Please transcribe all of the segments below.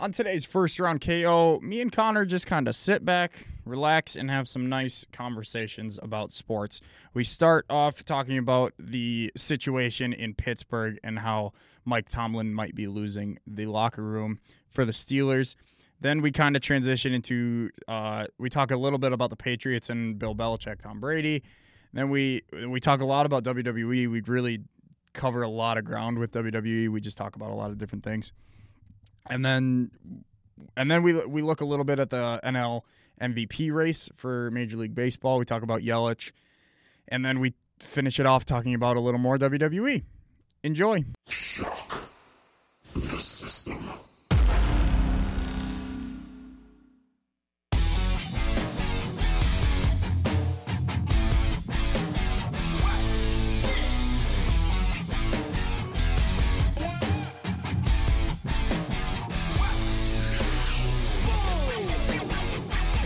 On today's first round KO, me and Connor just kind of sit back, relax, and have some nice conversations about sports. We start off talking about the situation in Pittsburgh and how Mike Tomlin might be losing the locker room for the Steelers. Then we kind of transition into uh, we talk a little bit about the Patriots and Bill Belichick, Tom Brady. Then we we talk a lot about WWE. We really cover a lot of ground with WWE. We just talk about a lot of different things, and then and then we we look a little bit at the NL MVP race for Major League Baseball. We talk about Yelich, and then we finish it off talking about a little more WWE. Enjoy. The system.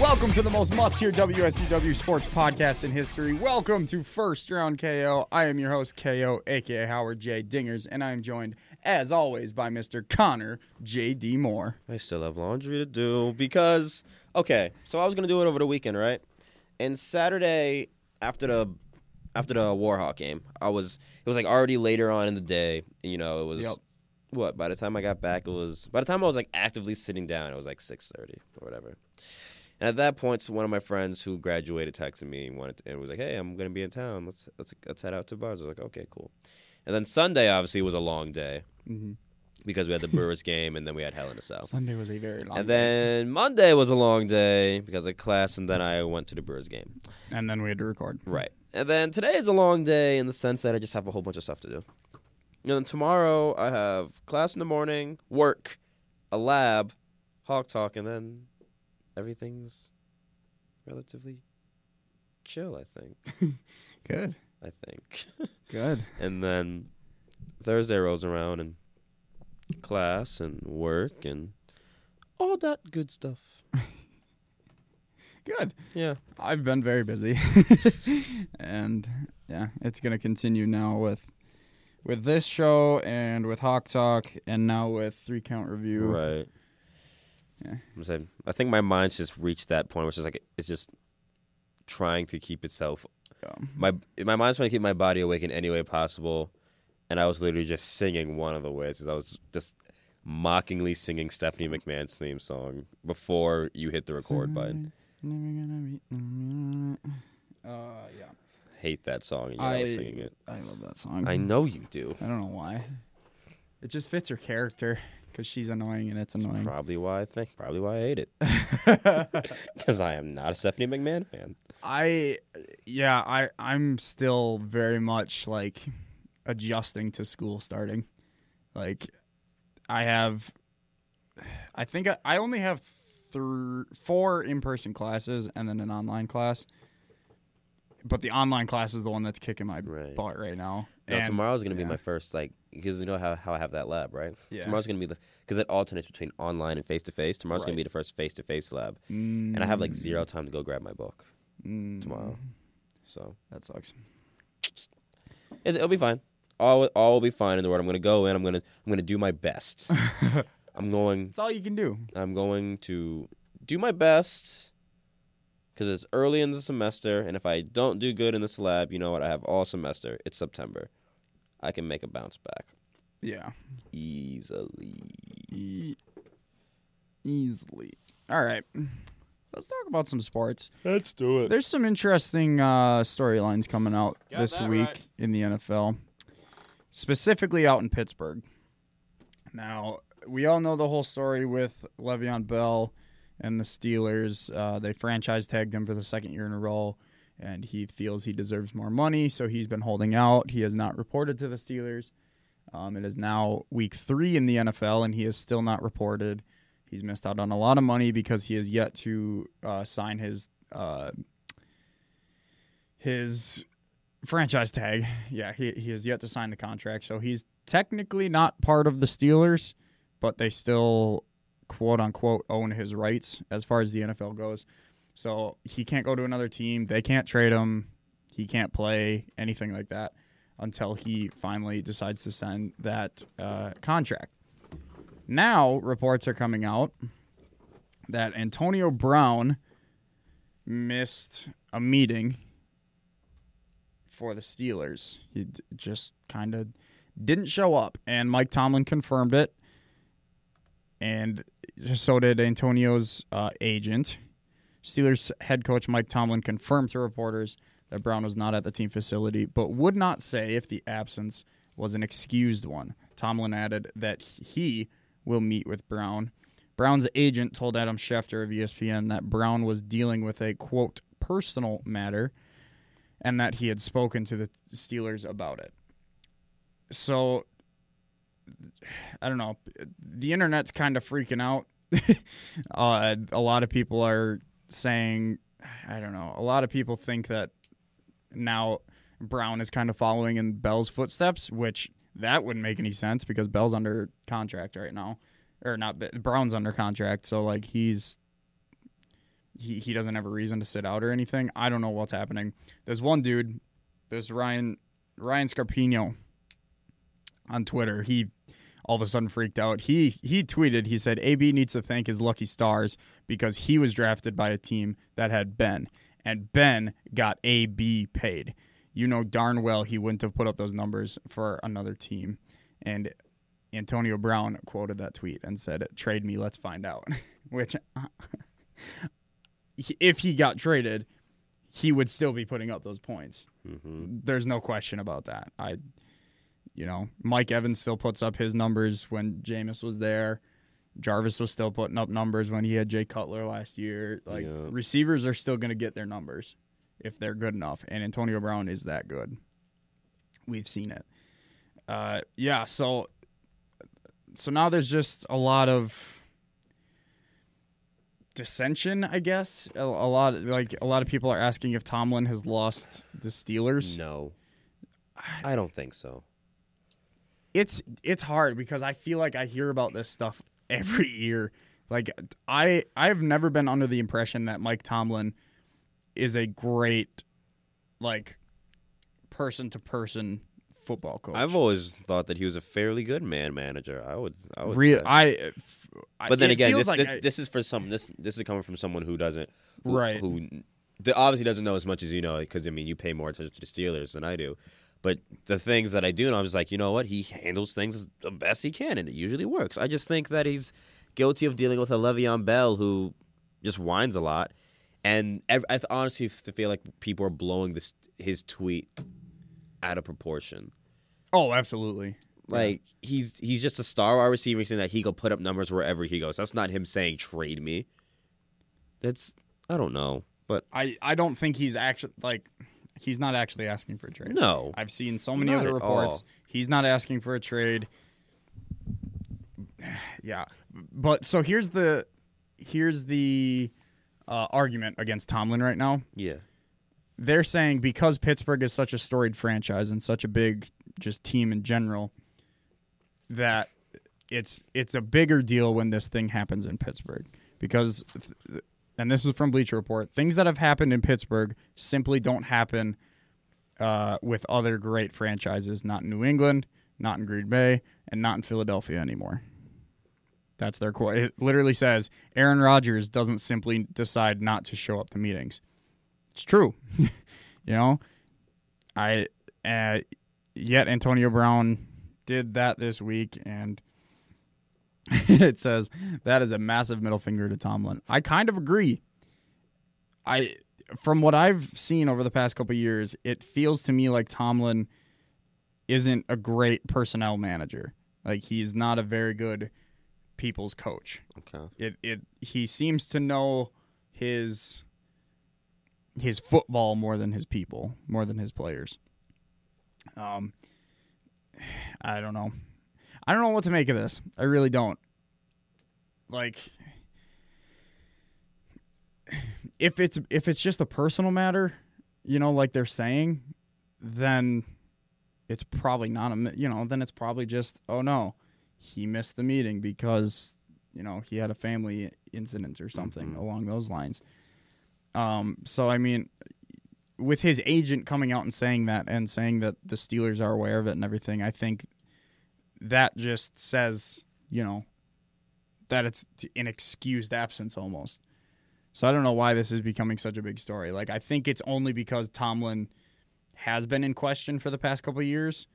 Welcome to the most must hear WSCW sports podcast in history. Welcome to First Round KO. I am your host, KO, aka Howard J. Dingers, and I am joined, as always, by Mr. Connor J.D. Moore. I still have laundry to do because okay, so I was gonna do it over the weekend, right? And Saturday after the after the Warhawk game, I was it was like already later on in the day, and you know it was Yep. what by the time I got back it was by the time I was like actively sitting down it was like six thirty or whatever. And at that point, so one of my friends who graduated texted me and wanted to, and was like, "Hey, I'm gonna be in town. Let's let's let's head out to bars." I was like, "Okay, cool." And then Sunday obviously was a long day because we had the Brewers game and then we had Hell in a Cell. Sunday was a very long And then Monday was a long day because of class, and then I went to the Brewers game. day. and then we had to record. Right. And then today is a long day in the sense that I just have a whole bunch of stuff to do. And then tomorrow I have class in the morning, work, a lab, Hawk Talk, and then everything's relatively chill, I think. Good. I think. Good. and then Thursday rolls around and class and work and all that good stuff. Good. Yeah. I've been very busy, and yeah, it's gonna continue now with with this show and with Hawk Talk, and now with Three Count Review. Right. Yeah. I'm saying, I think my mind's just reached that point where it's just like it's just trying to keep itself. Um, My my mind's trying to keep my body awake in any way possible, and I was literally just singing one of the ways. 'cause I was just mockingly singing Stephanie McMahon's theme song before you hit the record button. Never gonna be. mm, Uh, yeah, Hate that song. And yet I, I was singing it. I love that song. I I, know you do. don't know why. It just fits her character because she's annoying and it's annoying. Probably why I think. Probably why I hate it. Because I am not a Stephanie McMahon fan. I, yeah, I I'm still very much like adjusting to school starting. Like, I have, I think I, I only have thr four in person classes and then an online class. But the online class is the one that's kicking my Right. butt right now. No, And- tomorrow's gonna yeah. be my first like because you know how, how I have that lab, right? Yeah. Tomorrow's gonna be the because it alternates between online and face to face. Tomorrow's Right. gonna be the first face to face lab, and I have like zero time to go grab my book Mm, tomorrow. So That sucks. it, it'll be fine. All all will be fine in the world. I'm gonna go in. I'm gonna I'm gonna do my best. I'm going It's all you can do. I'm going to do my best because it's early in the semester, and if I don't do good in this lab, you know what? I have all semester. It's September. I can make a bounce back Yeah. easily. E- easily. All right. Let's talk about some sports. Let's do it. There's some interesting uh, storylines coming out Got this that week right. in the NFL, specifically out in Pittsburgh. Now, we all know the whole story with Le'Veon Bell and the Steelers. Uh, they franchise tagged him for the second year in a row, and he feels he deserves more money, so he's been holding out. He has not reported to the Steelers. Um, it is now week three in the NFL, and he is still not reported. He's missed out on a lot of money because he has yet to uh, sign his uh, his franchise tag. Yeah, he, he has yet to sign the contract, so he's technically not part of the Steelers, but they still quote unquote own his rights as far as the NFL goes. So he can't go to another team. They can't trade him. He can't play anything like that until he finally decides to sign that uh, contract. Now reports are coming out that Antonio Brown missed a meeting for the Steelers. He d- just kind of didn't show up, and Mike Tomlin confirmed it, and so did Antonio's uh, agent. Steelers head coach Mike Tomlin confirmed to reporters that Brown was not at the team facility, but would not say if the absence was an excused one. Tomlin added that he will meet with Brown. Brown's agent told Adam Schefter of E ESPN that Brown was dealing with a quote personal matter and that he had spoken to the Steelers about it. So I don't know. The internet's kind of freaking out. uh, a lot of people are saying, I don't know. A lot of people think that now Brown is kind of following in Bell's footsteps, which that wouldn't make any sense because Bell's under contract right now, or not. Be- Brown's under contract, so like he's he he doesn't have a reason to sit out or anything. I don't know what's happening. There's one dude, there's Ryan Ryan Scarpino on Twitter. He all of a sudden freaked out. He he tweeted. He said AB needs to thank his lucky stars because he was drafted by a team that had Ben, and Ben got AB paid. You know darn well he wouldn't have put up those numbers for another team. And Antonio Brown quoted that tweet and said, "Trade me, let's find out." Which, if he got traded, he would still be putting up those points Mm-hmm. there's no question about that. I, you know, Mike Evans still puts up his numbers when Jameis was there. Jarvis was still putting up numbers when he had Jay Cutler last year. Like Yeah. receivers are still going to get their numbers if they're good enough, and Antonio Brown is that good. We've seen it. Uh, yeah, so so now there's just a lot of dissension, I guess. A, a lot like a lot of people are asking if Tomlin has lost the Steelers. No, I don't think so. it's it's hard because I feel like I hear about this stuff every year. Like I I've never been under the impression that Mike Tomlin is a great like person to person football coach. I've always thought that he was a fairly good man manager. I would, I would. Real, say. I, I- but then it again, feels this, like this, I- this is for some. This this is coming from someone who doesn't, who, Right. Who d- obviously doesn't know as much as you know, because I mean, you pay more attention to the Steelers than I do. But the things that I do know, I'm just like, you know what? He handles things the best he can, and it usually works. I just think that he's guilty of dealing with a Le'Veon Bell who just whines a lot, and ev- I honestly f- feel like people are blowing this his tweet out of proportion. oh, absolutely. Like he's he's just a star wide receiver saying that he could put up numbers wherever he goes. That's not him saying trade me. That's I don't know, but I I don't think he's actually like he's not actually asking for a trade. no, I've seen so many Not other at all. reports. He's not asking for a trade. Yeah, but so here's the here's the uh, argument against Tomlin right now. yeah, They're saying because Pittsburgh is such a storied franchise and such a big just team in general, that it's it's a bigger deal when this thing happens in Pittsburgh because, th- and this was from Bleacher Report, things that have happened in Pittsburgh simply don't happen uh, with other great franchises, not in New England, not in Green Bay, and not in Philadelphia anymore. That's their quote. It literally says Aaron Rodgers doesn't simply decide not to show up to meetings. It's true, you know. I uh, yet Antonio Brown did that this week, and it says that is a massive middle finger to Tomlin. I kind of agree. I from what I've seen over the past couple of years, it feels to me like Tomlin isn't a great personnel manager. Like he's not a very good people's coach. okay, It it he seems to know his his football more than his people, more than his players. Um I don't know. I don't know what to make of this. I really don't. Like if it's if it's just a personal matter, you know, like they're saying, then it's probably not a mi- you know, then it's probably just oh no, he missed the meeting because you know, he had a family incident or something Mhm. along those lines. Um, so I mean, with his agent coming out and saying that, and saying that the Steelers are aware of it and everything, I think that just says, you know, that it's an excused absence almost. So I don't know why this is becoming such a big story. Like I think it's only because Tomlin has been in question for the past couple of years.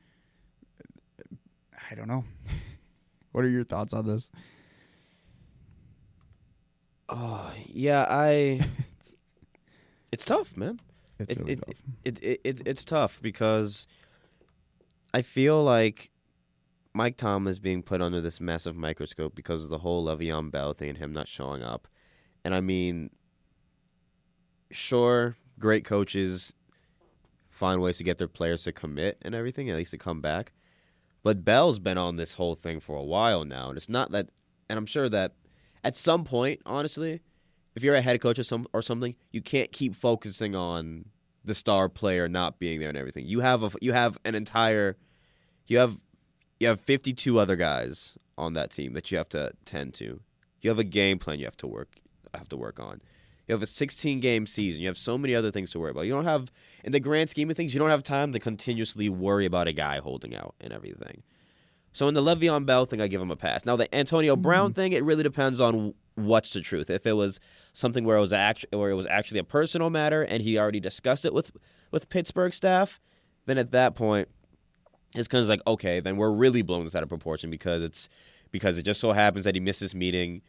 I don't know. what are your thoughts on this? Oh, yeah, I. it's tough, man. It's It, really it, tough. it, it, it, it's tough because I feel like Mike Tomlin is being put under this massive microscope because of the whole Le'Veon Bell thing and him not showing up. And I mean, sure, great coaches find ways to get their players to commit and everything, at least to come back. But Bell's been on this whole thing for a while now, and it's not that. And I'm sure that at some point, honestly, if you're a head coach or some or something, you can't keep focusing on the star player not being there and everything. You have a you have an entire you have you have 52 other guys on that team that you have to tend to. You have a game plan you have to work have to work on. You have a 16 game season. You have so many other things to worry about. You don't have in the grand scheme of things, you don't have time to continuously worry about a guy holding out and everything. So in the Le'Veon Bell thing, I give him a pass. Now the Antonio Brown thing, it really depends on what's the truth. If it was something where it was actually where it was actually a personal matter and he already discussed it with with Pittsburgh staff, then at that point, it's kind of like okay, then we're really blowing this out of proportion because it's because it just so happens that he missed this meeting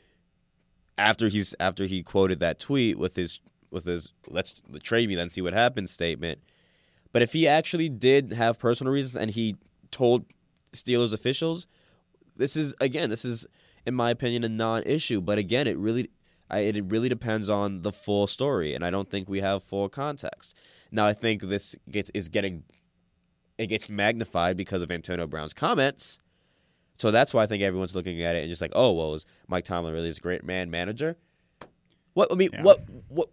after he's after he quoted that tweet with his with his let's trade me then see what happens statement. But if he actually did have personal reasons and he told Steelers officials, this is again, this is in my opinion a non-issue. But again, it really, I, it really depends on the full story, and I don't think we have full context. Now, I think this gets is getting it gets magnified because of Antonio Brown's comments. So that's why I think everyone's looking at it and just like, oh, well, is Mike Tomlin really this great man manager? What I mean, Yeah. what what?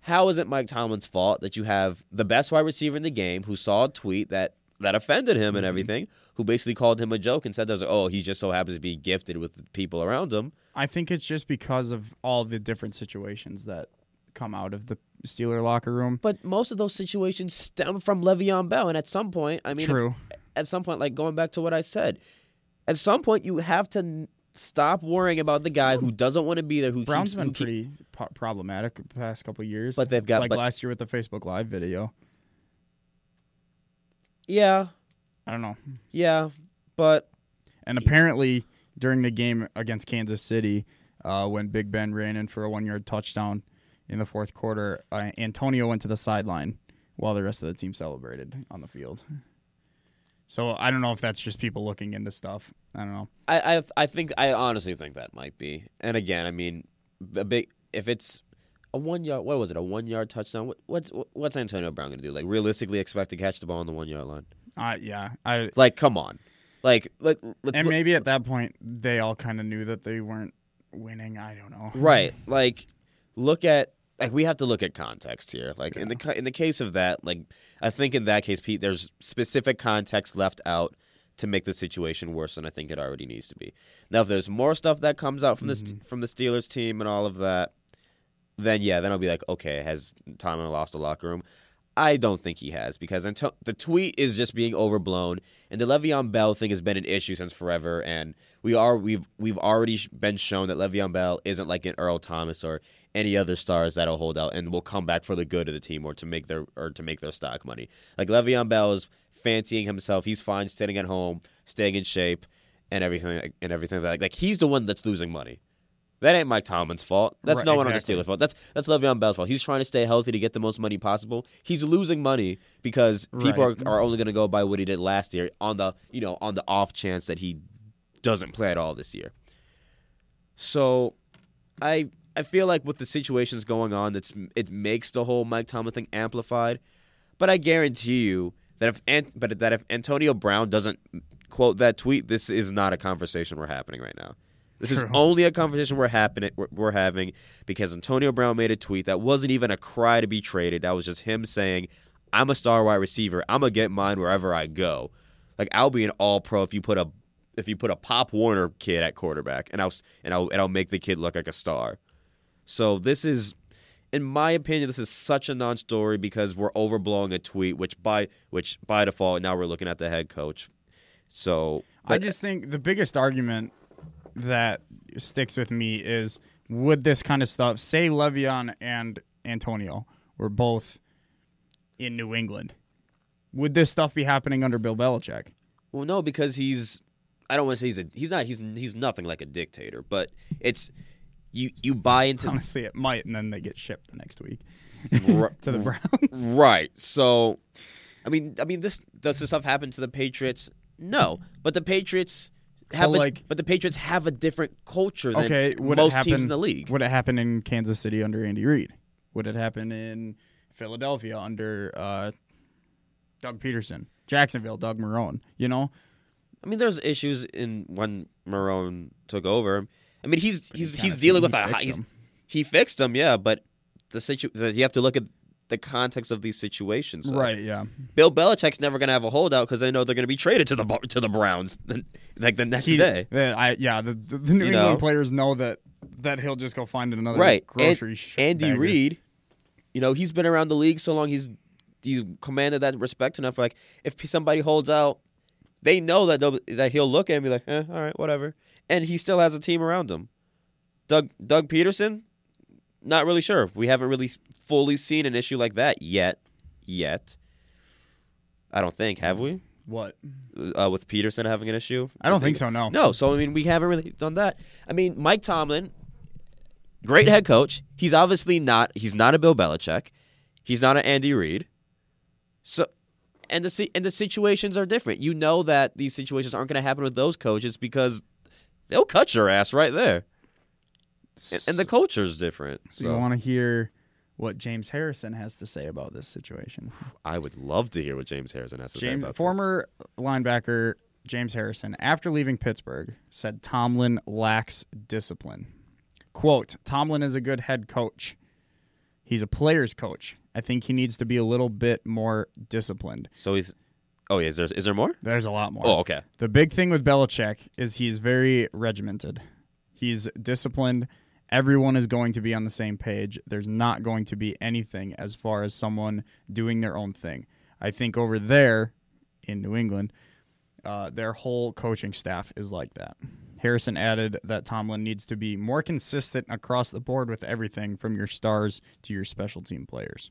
How is it Mike Tomlin's fault that you have the best wide receiver in the game who saw a tweet that that offended him Mm-hmm. and everything, who basically called him a joke and said, that was, "Oh, he just so happens to be gifted with the people around him." I think it's just because of all the different situations that come out of the Steeler locker room. But most of those situations stem from Le'Veon Bell, and at some point, I mean, True. at some point, like going back to what I said, at some point you have to n- stop worrying about the guy who doesn't want to be there. Who Brown's keeps, been who keep- pretty po- problematic the past couple of years. But they've got- like but- last year with the Facebook Live video. yeah, I don't know. yeah, but And apparently during the game against Kansas City, uh, when Big Ben ran in for a one-yard touchdown in the fourth quarter, uh, Antonio went to the sideline while the rest of the team celebrated on the field. So I don't know if that's just people looking into stuff. I don't know. I, I I think I honestly think that might be. And again, I mean, a big if it's a one yard. What was it? A one yard touchdown. What, what's what's Antonio Brown gonna do? Like realistically, expect to catch the ball on the one yard line. Uh, yeah, I Like, come on. Like, let, let's and look- maybe at that point they all kind of knew that they weren't winning. I don't know. Right. Like look at like we have to look at context here. Like in the co- in the case of that, like I think in that case Pete there's specific context left out to make the situation worse than I think it already needs to be. Now if there's more stuff that comes out from this from the Steelers team and all of that, then yeah, then I'll be like, okay, has Tomlin lost the locker room? I don't think he has because until the tweet is just being overblown, and the Le'Veon Bell thing has been an issue since forever. And we are we've we've already sh- been shown that Le'Veon Bell isn't like an Earl Thomas or any other stars that'll hold out and will come back for the good of the team or to make their or to make their stock money. Like Le'Veon Bell is fancying himself, he's fine sitting at home, staying in shape, and everything and everything like like he's the one that's losing money. That ain't Mike Tomlin's fault. That's Right, no one exactly. on the Steelers' fault. That's that's Le'Veon Bell's fault. He's trying to stay healthy to get the most money possible. He's losing money because people Right. are, are only going to go by what he did last year on the you know on the off chance that he doesn't play at all this year. So, I I feel like with the situations going on, that's it makes the whole Mike Tomlin thing amplified. But I guarantee you that if Ant, but that if Antonio Brown doesn't quote that tweet, this is not a conversation we're happening right now. This is True. only a conversation we're happening we're- we're having because Antonio Brown made a tweet that wasn't even a cry to be traded. That was just him saying, "I'm a star wide receiver. I'm gonna get mine wherever I go. Like I'll be an All Pro if you put a if you put a Pop Warner kid at quarterback, and I'll s- and I'll and I'll make the kid look like a star." So this is, in my opinion, this is such a non-story because we're overblowing a tweet, which by which by default now we're looking at the head coach. So I just think the biggest argument that sticks with me is would this kind of stuff, say Le'Veon and Antonio were both in New England, would this stuff be happening under Bill Belichick? Well, no, because he's I don't want to say he's a he's not he's he's nothing like a dictator, but it's you you buy into Honestly, it might, and then they get shipped the next week r- to the Browns. right. So I mean I mean this does this stuff happen to the Patriots? No, but the Patriots have But, a, like- but the Patriots have a different culture than Okay, would most it happen teams in the league. Would it happen in Kansas City under Andy Reid? Would it happen in Philadelphia under uh, Doug Peterson? Jacksonville, Doug Marone. You know, I mean, there's issues in when Marone took over. I mean, he's he he's kinda he's fi- dealing he with a fixed high, he's, him. he fixed him, yeah. But the situ the, you have to look at the context of these situations. though. right? Yeah, Bill Belichick's never gonna have a holdout because they know they're gonna be traded to the Bo- to the Browns the, like the next He- day. the- I, yeah, the, the, the New You England know? players know that that he'll just go find another Right, and, grocery. sh- Andy bagger. Reid, you know, he's been around the league so long. He's he commanded that respect enough. Like if somebody holds out, they know that they'll- that he'll look at him and be like, eh, all right, whatever. And he still has a team around him. Doug Doug Peterson, not really sure. We haven't really fully seen an issue like that yet. Yet, I don't think have we What? uh, with Peterson having an issue. I don't think so. No. No, so I mean, we haven't really done that. I mean, Mike Tomlin, great head coach. He's obviously not. He's not a Bill Belichick. He's not an Andy Reid. So, and the si- and the situations are different. You know that these situations aren't going to happen with those coaches because they'll cut your ass right there, and, and the culture's different. So you So, want to hear what James Harrison has to say about this situation? I would love to hear what James Harrison has to say James, about this. former linebacker James Harrison, after leaving Pittsburgh, said Tomlin lacks discipline. Quote, Tomlin is a good head coach. He's a player's coach. I think he needs to be a little bit more disciplined. So he's. Oh, yeah, is there is there more? There's a lot more. Oh, okay. The big thing with Belichick is he's very regimented. He's disciplined. Everyone is going to be on the same page. There's not going to be anything as far as someone doing their own thing. I think over there in New England, uh, their whole coaching staff is like that. Harrison added that Tomlin needs to be more consistent across the board with everything from your stars to your special team players.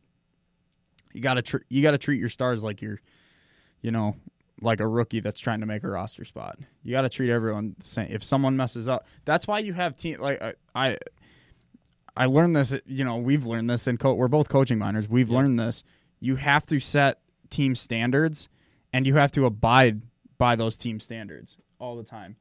You gotta tr- you gotta treat your stars like you're, you know, like a rookie that's trying to make a roster spot. You got to treat everyone the same. If someone messes up, that's why you have team like I. I I learned this, you know, we've learned this and co- we're both coaching minors. We've learned this. You have to set team standards and you have to abide by those team standards all the time.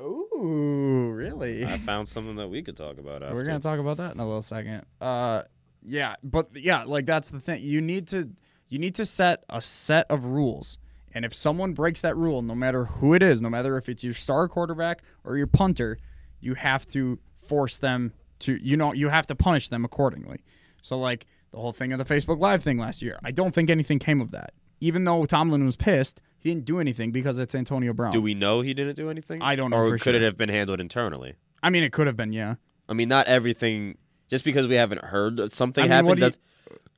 Ooh, really? I found something that we could talk about. After. We're gonna talk about that in a little second. Uh, yeah, but yeah, like that's the thing. You need to you need to set a set of rules, and if someone breaks that rule, no matter who it is, no matter if it's your star quarterback or your punter, you have to force them to you know you have to punish them accordingly. So like the whole thing of the Facebook Live thing last year, I don't think anything came of that. Even though Tomlin was pissed, he didn't do anything because it's Antonio Brown. Do we know he didn't do anything? I don't know Or for could sure. it have been handled internally? I mean, it could have been yeah. I mean, not everything. Just because we haven't heard that something I mean, what happened,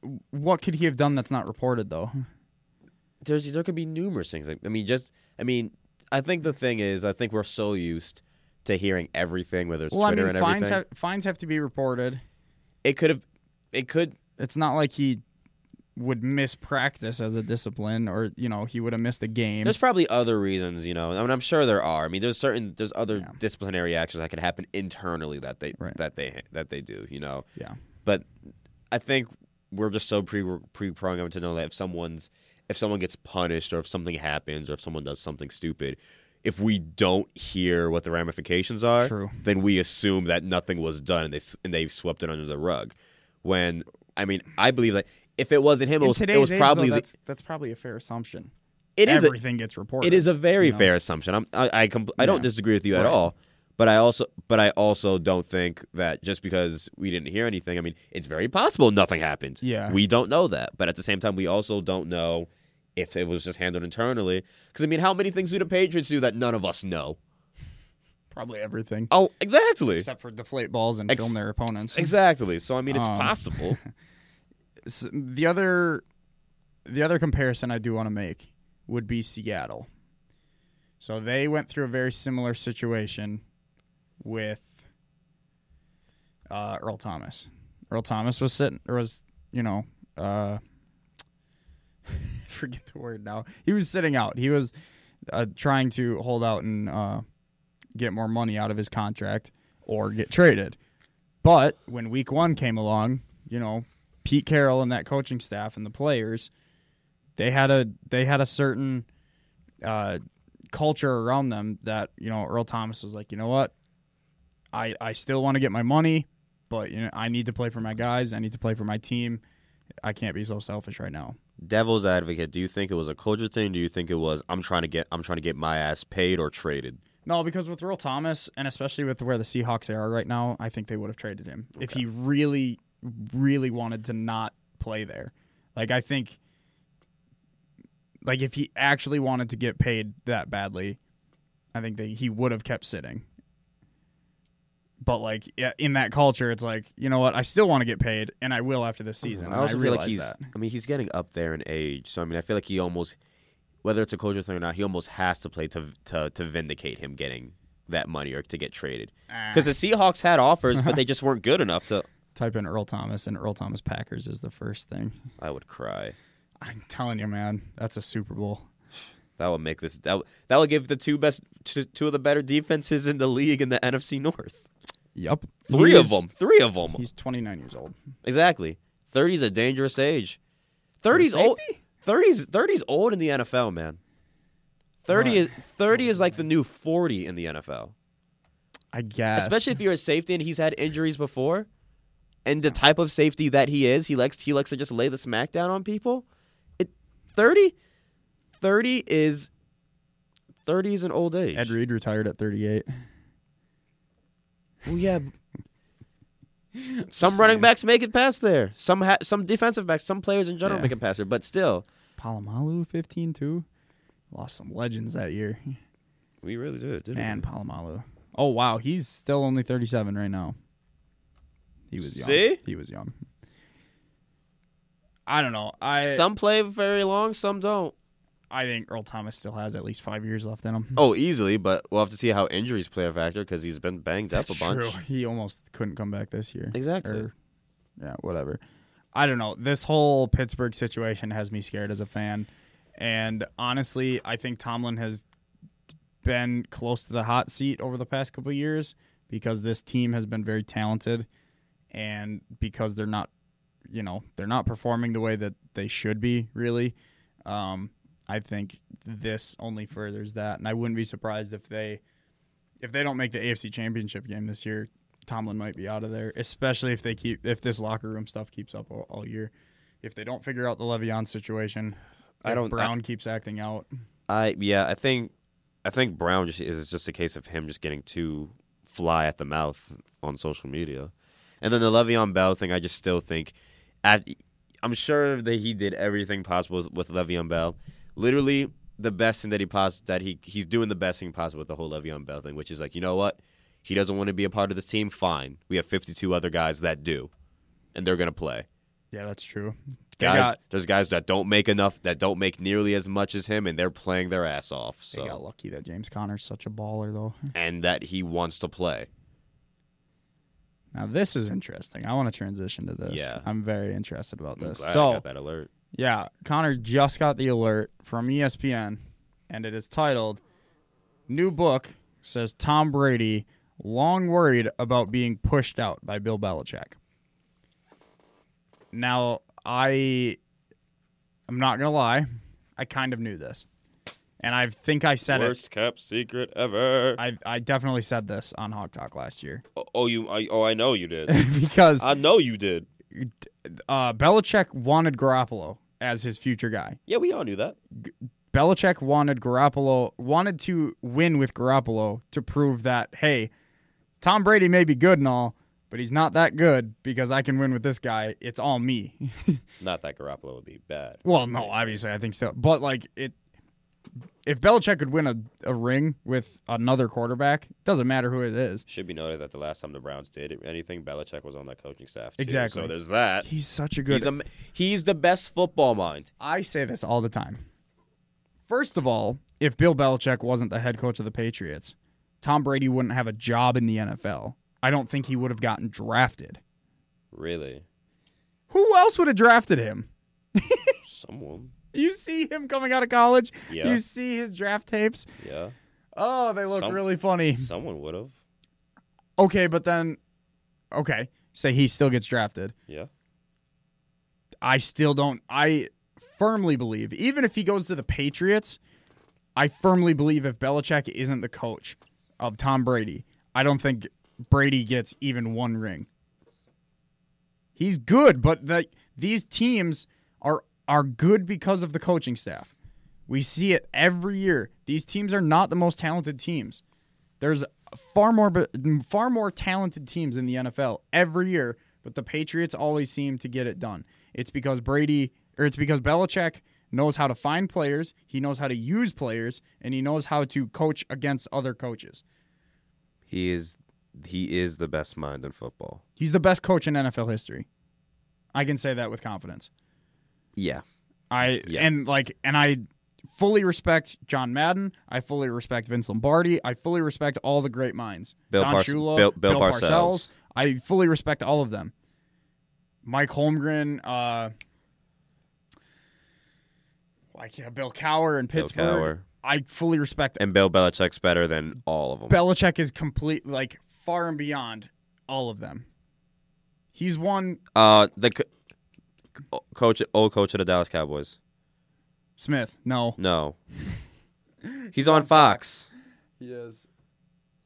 do you- does- What could he have done that's not reported though? there's there could be numerous things. Like, I mean, just I mean, I think the thing is, I think we're so used to hearing everything, whether it's Well, Twitter I mean, and fines everything. have fines have to be reported. it could have, it could. It's not like he would miss practice as a discipline, or you know, he would have missed a game. There's probably other reasons, you know. I mean, I'm sure there are. I mean, there's certain there's other Yeah. disciplinary actions that could happen internally that they Right. that they that they do, you know. yeah, but I think we're just so pre pre programmed to know that if someone's if someone gets punished or if something happens or if someone does something stupid, if we don't hear what the ramifications are, True. then we assume that nothing was done and they s- and they swept it under the rug. When I mean, I believe that if it wasn't him, it in was, today's it was age, probably though, the- that's that's probably a fair assumption. it is a, everything gets reported. it is a very you know? fair assumption. I'm, I I, compl- I Yeah. don't disagree with you at Right. all, but I also but I also don't think that just because we didn't hear anything, I mean, it's very possible nothing happened. Yeah. we don't know that, but at the same time, we also don't know if it was just handled internally. Because I mean, how many things do the Patriots do that none of us know? probably everything Oh, exactly, except for deflate balls and Ex- film their opponents. exactly. So I mean, it's Um, possible. s- the other the other comparison I do want to make would be Seattle. So they went through a very similar situation with uh, Earl Thomas. Earl Thomas was sitting, or was you know, uh, forget the word now. He was sitting out. He was uh, trying to hold out and uh, get more money out of his contract or get traded. But when Week One came along, you know, Pete Carroll and that coaching staff and the players, they had a they had a certain uh, culture around them that you know Earl Thomas was like, you know what, I I still want to get my money, but you know I need to play for my guys. I need to play for my team. I can't be so selfish right now. Devil's advocate. Do you think it was a culture thing? Do you think it was I'm trying to get I'm trying to get my ass paid or traded? No, because with Earl Thomas and especially with where the Seahawks are right now, I think they would have traded him if he really, really wanted to not play there. Like I think, like if he actually wanted to get paid that badly, I think that he would have kept sitting. But like yeah, in that culture, it's like you know what? I still want to get paid, and I will after this season. I and also feel realize like he's. that. I mean, he's getting up there in age, so I mean, I feel like he almost, whether it's a culture thing or not, he almost has to play to to to vindicate him getting that money or to get traded. Ah. Because the Seahawks had offers, but they just weren't good enough to. type in Earl Thomas, and Earl Thomas Packers is the first thing. I would cry. I'm telling you, man, that's a Super Bowl. That would make this. That would, that would give the two best, two, two of the better defenses in the league in the NFC North. Yep, Three of He's- them. Three of them. He's 29 years old. Exactly. 30's a dangerous age. 30's old. 30's 30's old in the NFL, man. 30 is 30 is like the new 40 in the NFL. I guess. Especially if you're a safety and he's had injuries before. And the type of safety that he is, he likes he likes to just lay the smack down on people. It 30 30 is 30 is an old age. Ed Reed retired at 38. Well, Oh, yeah. Some running backs make it past there. Some ha- some defensive backs, some players in general Yeah. make it past there, but still. Palomalu 15 too. Lost some legends that year. We really did, didn't Man, Palomalu. Oh wow, he's still only 37 right now. He was young. See? He was young. I don't know. I Some play very long, some don't. I think Earl Thomas still has at least five years left in him. Oh, easily, but we'll have to see how injuries play a factor because he's been banged up a bunch. True. He almost couldn't come back this year. Exactly. Or- yeah, whatever. I don't know. This whole Pittsburgh situation has me scared as a fan. And honestly, I think Tomlin has been close to the hot seat over the past couple of years because this team has been very talented and because they're not you know, they're not performing the way that they should be really. Um I think this only furthers that and I wouldn't be surprised if they if they don't make the AFC Championship game this year, Tomlin might be out of there, especially if they keep if this locker room stuff keeps up all, all year. If they don't figure out the Le'Veon situation, I if don't- Brown keeps acting out. I yeah, I think I think Brown just is just a case of him just getting too fly at the mouth on social media, and then the Le'Veon Bell thing. I just still think, at, I'm sure that he did everything possible with, with Le'Veon Bell. Literally the best thing that he pos- that he he's doing the best thing possible with the whole Le'Veon Bell thing, which is like you know what, he doesn't want to be a part of this team. Fine, we have 52 other guys that do, and they're gonna play Yeah, that's true. They guys, got there's guys that don't make enough, that don't make nearly as much as him, and they're playing their ass off. they got So, lucky that James Conner's such a baller though. and that he wants to play. Now this is interesting. I want to transition to this. Yeah. I'm very interested about I'm this. glad I So got that alert. yeah, Connor just got the alert from E ESPN, and it is titled "New Book Says Tom Brady Long Worried About Being Pushed Out by Bill Belichick." Now I, I'm not gonna lie, I kind of knew this, and I think I said it. kept secret ever. I I definitely said this on Hawk Talk last year oh, you? I, oh, I know you did. because know you did. uh, Belichick wanted Garoppolo as his future guy. Yeah, we all knew that. Belichick wanted Garoppolo wanted to win with Garoppolo to prove that hey, Tom Brady may be good and all, but he's not that good because I can win with this guy. It's all me. Not that Garoppolo would be bad. well, no, obviously I think so, but like it. If Belichick could win a, a ring with another quarterback, doesn't matter who it is. Should be noted that the last time the Browns did anything, Belichick was on that coaching staff. too. Exactly. So there's that. He's such a good. He's a, he's the best football mind. I say this all the time. First of all, if Bill Belichick wasn't the head coach of the Patriots, Tom Brady wouldn't have a job in the NFL. I don't think he would have gotten drafted. Really? Who else would have drafted him? Someone? You see him coming out of college. Yeah. You see his draft tapes. Yeah. Oh, they look Some- really funny. Someone would have. Okay, but then, okay, say he still gets drafted. Yeah. I still don't. I firmly believe, even if he goes to the Patriots, I firmly believe if Belichick isn't the coach of Tom Brady, I don't think Brady gets even one ring. He's good, but the, these teams are are good because of the coaching staff. We see it every year. These teams are not the most talented teams. There's far more far more talented teams in the NFL every year, but the Patriots always seem to get it done. It's because Brady or it's because Belichick knows how to find players, he knows how to use players, and he knows how to coach against other coaches. He is he is the best mind in football. He's the best coach in NFL history. I can say that with confidence. Yeah. I Yeah. and like and I fully respect John Madden. I fully respect Vince Lombardi. I fully respect all the great minds. Bill Don Parce- Shula, Bill- Bill Parcells. Parcells. I fully respect all of them. Mike Holmgren, uh like yeah, Bill Cower in Bill Pittsburgh. Cowher. I fully respect And Bill Belichick's better than all of them. Belichick is complete like far and beyond all of them. He's won uh the co- coach old coach of the Dallas Cowboys. Smith. No. No. He's on Fox. Yes.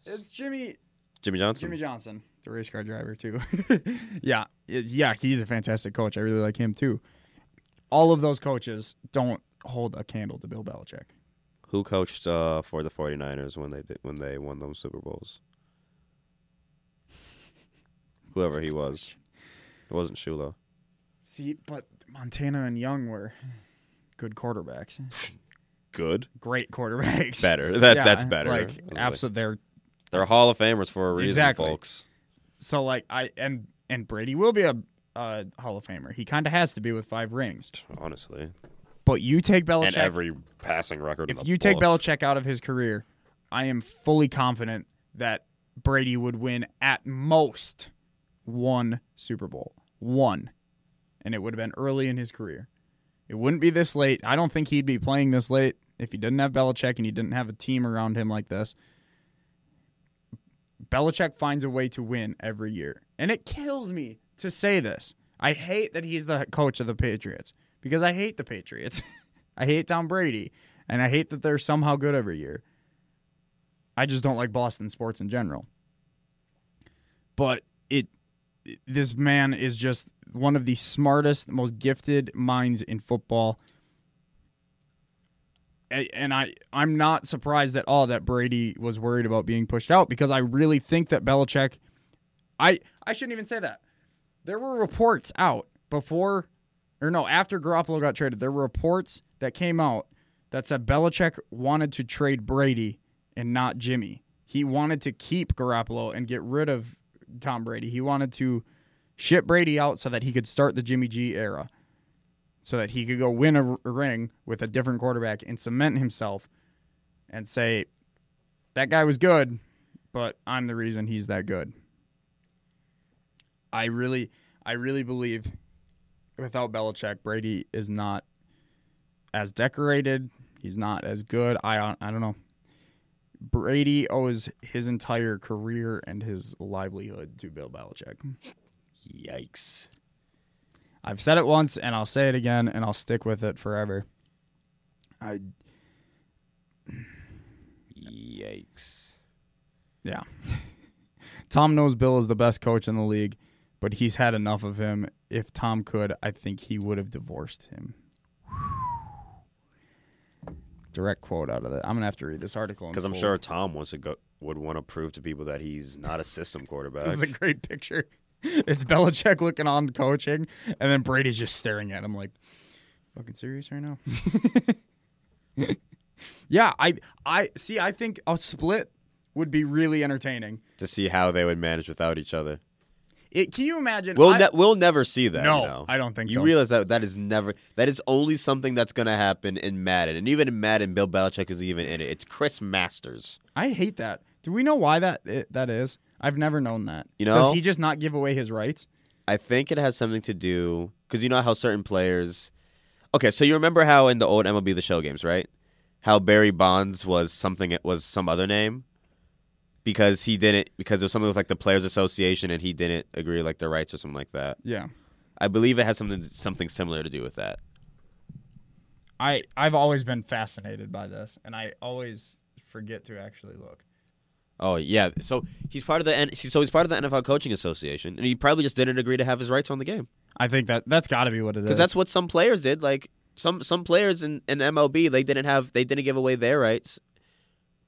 It's Jimmy Jimmy Johnson. Jimmy Johnson, the race car driver too. yeah, it- yeah, he's a fantastic coach. I really like him too. All of those coaches don't hold a candle to Bill Belichick. Who coached uh, for the 49ers when they did, when they won those Super Bowls? Whoever he was. It wasn't Shula. See, but Montana and Young were good quarterbacks, Good. great quarterbacks. Better. That Yeah, that's better. I was Like like, absolutely, they're They're Hall of Famers for a reason, Exactly. folks. so like I and and Brady will be a, a Hall of Famer. He kind of has to be with five rings. Honestly. But you take Belichick And every passing record. in if the you take book. Belichick out of his career, I am fully confident that Brady would win at most one Super Bowl. One. And it would have been early in his career. It wouldn't be this late. I don't think he'd be playing this late if he didn't have Belichick and he didn't have a team around him like this. Belichick finds a way to win every year. And it kills me to say this. I hate that he's the coach of the Patriots because I hate the Patriots. I hate Tom Brady, and I hate that they're somehow good every year. I just don't like Boston sports in general. But it, this man is just one of the smartest, most gifted minds in football. A- And I, I'm not surprised at all that Brady was worried about being pushed out because I really think that Belichick. I, I shouldn't even say that. There were reports out before or no, after Garoppolo got traded, there were reports that came out that said Belichick wanted to trade Brady and not Jimmy. He wanted to keep Garoppolo and get rid of Tom Brady. He wanted to ship Brady out so that he could start the Jimmy G era, so that he could go win a, r- a ring with a different quarterback and cement himself and say, that guy was good, but I'm the reason he's that good. I really, I really believe without Belichick, Brady is not as decorated. He's not as good. I don't- I don't know. Brady owes his entire career and his livelihood to Bill Belichick. Yikes. I've said it once and I'll say it again and I'll stick with it forever. I Yikes. yeah. Tom knows Bill is the best coach in the league, but he's had enough of him. If Tom could, I think he would have divorced him. Direct quote out of that. I'm gonna have to read this article in Because I'm full. sure Tom wants to go would want to prove to people that he's not a system quarterback. This is a great picture. It's Belichick looking on coaching, and then Brady's just staring at him like, "Fucking serious right now?" yeah, I, I see. I think a split would be really entertaining. to see how they would manage without each other. It, can you imagine? We'll I- ne- we'll never see that. No, you know? I don't think you so. realize that that is never that is only something that's gonna happen in Madden, and even in Madden, Bill Belichick is even in it. It's Chris Masters. I hate that. Do we know why that it, that is? I've never known that. You does know? he just not give away his rights? I think it has something to do because you know how certain players. Okay, so you remember how in the old MLB The Show games, right? How Barry Bonds was something it was some other name because he didn't because it was something with like the Players Association and he didn't agree like the rights or something like that. Yeah. I believe it has something something similar to do with that. I I've always been fascinated by this, and I always forget to actually look. Oh yeah, so he's part of the N- so he's part of the NFL Coaching Association, and he probably just didn't agree to have his rights on the game I think that that's got to be what it is. because that's what some players did. Like some some players in, in MLB, they didn't have they didn't give away their rights.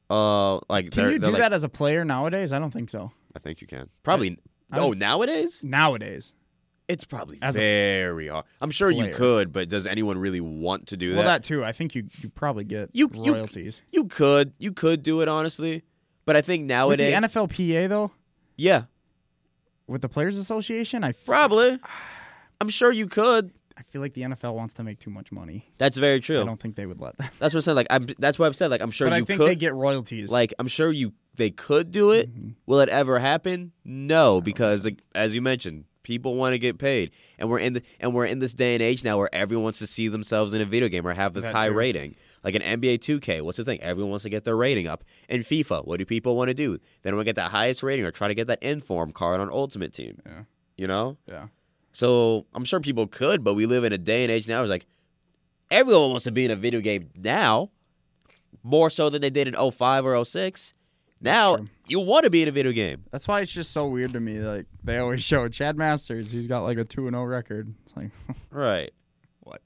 Uh, can like they're- you do they're like- that as a player nowadays? I don't think so. I think you can probably. I oh, was- nowadays Nowadays, it's probably As a very hard. I'm sure you player. could, but does anyone really want to do well, that too. I think you you probably get You- you- royalties. You could, you could do it honestly, but I think With the nowadays, NFLPA though, yeah, with the Players Association, I f- probably. I'm sure you could. I feel like the NFL wants to make too much money. That's very I true. don't think they would let them. That's what I'm saying. Like, I'm, that's what I'm saying. Like, I'm sure but you I think could. they get royalties. Like I'm sure you they could do it. Mm-hmm. Will it ever happen? No, because like, as you mentioned, people want to get paid, and we're in the, and we're in this day and age now where everyone wants to see themselves in a video game or have this That high too. rating. Like an NBA 2K, what's the thing? Everyone wants to get their rating up. In FIFA, what do people want to do? They don't want to get the highest rating or try to get that inform card on Ultimate Team. Yeah. You know? yeah, So I'm sure people could, but we live in a day and age now. It's like everyone wants to be in a video game now, more so than they did in 05 or 06. Now you want to be in a video game. that's why it's just so weird to me. Like they always show Chad Masters. He's got like a two and zero record. It's like Right. what?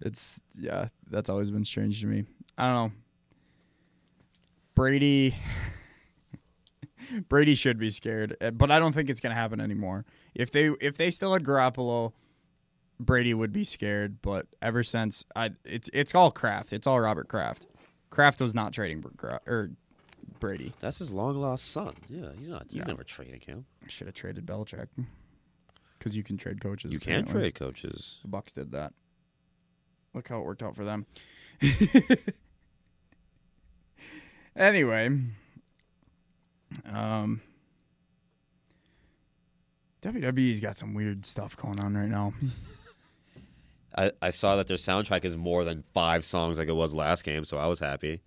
It's yeah, that's always been strange to me. I don't know. Brady Brady should be scared, eh, but I don't think it's going to happen anymore. If they if they still had Garoppolo, Brady would be scared, but ever since I it's it's all Kraft. It's all Robert Kraft. Kraft was not trading Br- Gra- or Brady. That's his long lost son. Yeah, he's not. He's never trading him. I should have traded Belichick. Cuz you can trade coaches. You can't apparently. trade coaches. The Bucks did that. Look how it worked out for them. anyway, um, WWE's got some weird stuff going on right now. I, I saw that their soundtrack is more than five songs like it was last game, so I was happy.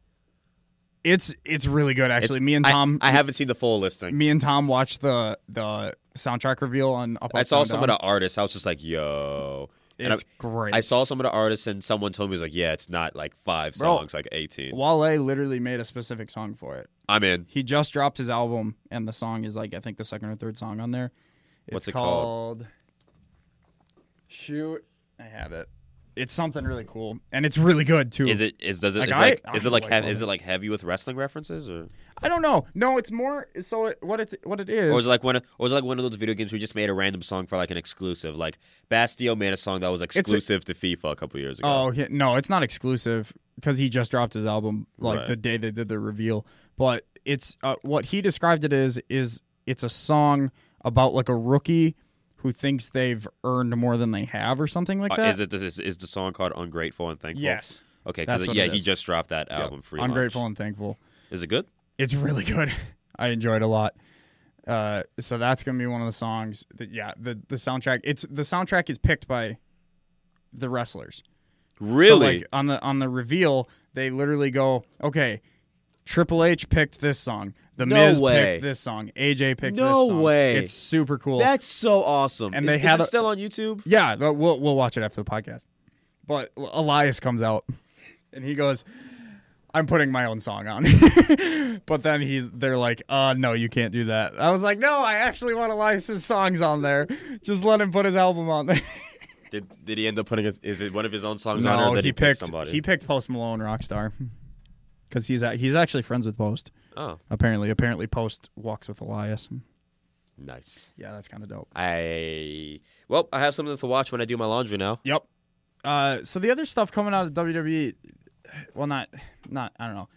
It's it's really good actually. It's- me and I- Tom, I, haven't seen the full listing. me and Tom watched the the soundtrack reveal on. Up, I Up, saw Down, some of Down. the artists. I was just like, yo. And It's I- great. I saw some of the artists, and someone told me, was like, yeah, it's not like five Bro. songs, like 18. Wale literally made a specific song for it. I'm in. He just dropped his album, and the song is like I think the second or third song on there. It's What's it called? called? Shoot, I have it. It's something really cool, and it's really good too. Is it is does it Like, is it I- like, I is it like like heavy, love is it. it like heavy with wrestling references or I don't know. No, it's more. So it, what it what it is? or is it like one of, or is it like one of those video games where you just made a random song for like an exclusive like Bastille made a song that was exclusive to FIFA a couple years ago. oh he- no, it's not exclusive because he just dropped his album like Right. the day they did the reveal. But it's uh, what he described it as is it's a song about like a rookie who thinks they've earned more than they have or something like Uh, that. is it is, is the song called Ungrateful and Thankful? Yes. Okay, That's because what yeah, it he is. just dropped that album free. lunch. Ungrateful and thankful. Is it good? it's really good. I enjoyed a lot. Uh, so that's gonna be one of the songs. That, yeah, the the soundtrack. It's the soundtrack is picked by the wrestlers. So, Really? like on the on the reveal, they literally go, okay, Triple H picked this song. The No Miz way. picked this song. AJ picked No this song. way. It's super cool. That's so awesome. And Is- they is had it a- still on YouTube? Yeah, but we'll we'll watch it after the podcast. But Elias comes out and he goes, "I'm putting my own song on." but then he's they're like, "Uh, no, you can't do that." I was like, "No, I actually want Elias's songs on there. Just let him put his album on there." Did did he end up putting a, is it one of his own songs on no, or did he he, pick picked somebody? he picked Post Malone, Rockstar, because he's a, he's actually friends with Post. oh, Apparently, apparently Post walks with Elias. nice. Yeah, that's kind of dope. I well, I have something to watch when I do my laundry now. Yep. Uh, so the other stuff coming out of WWE, well, not, not, I don't know.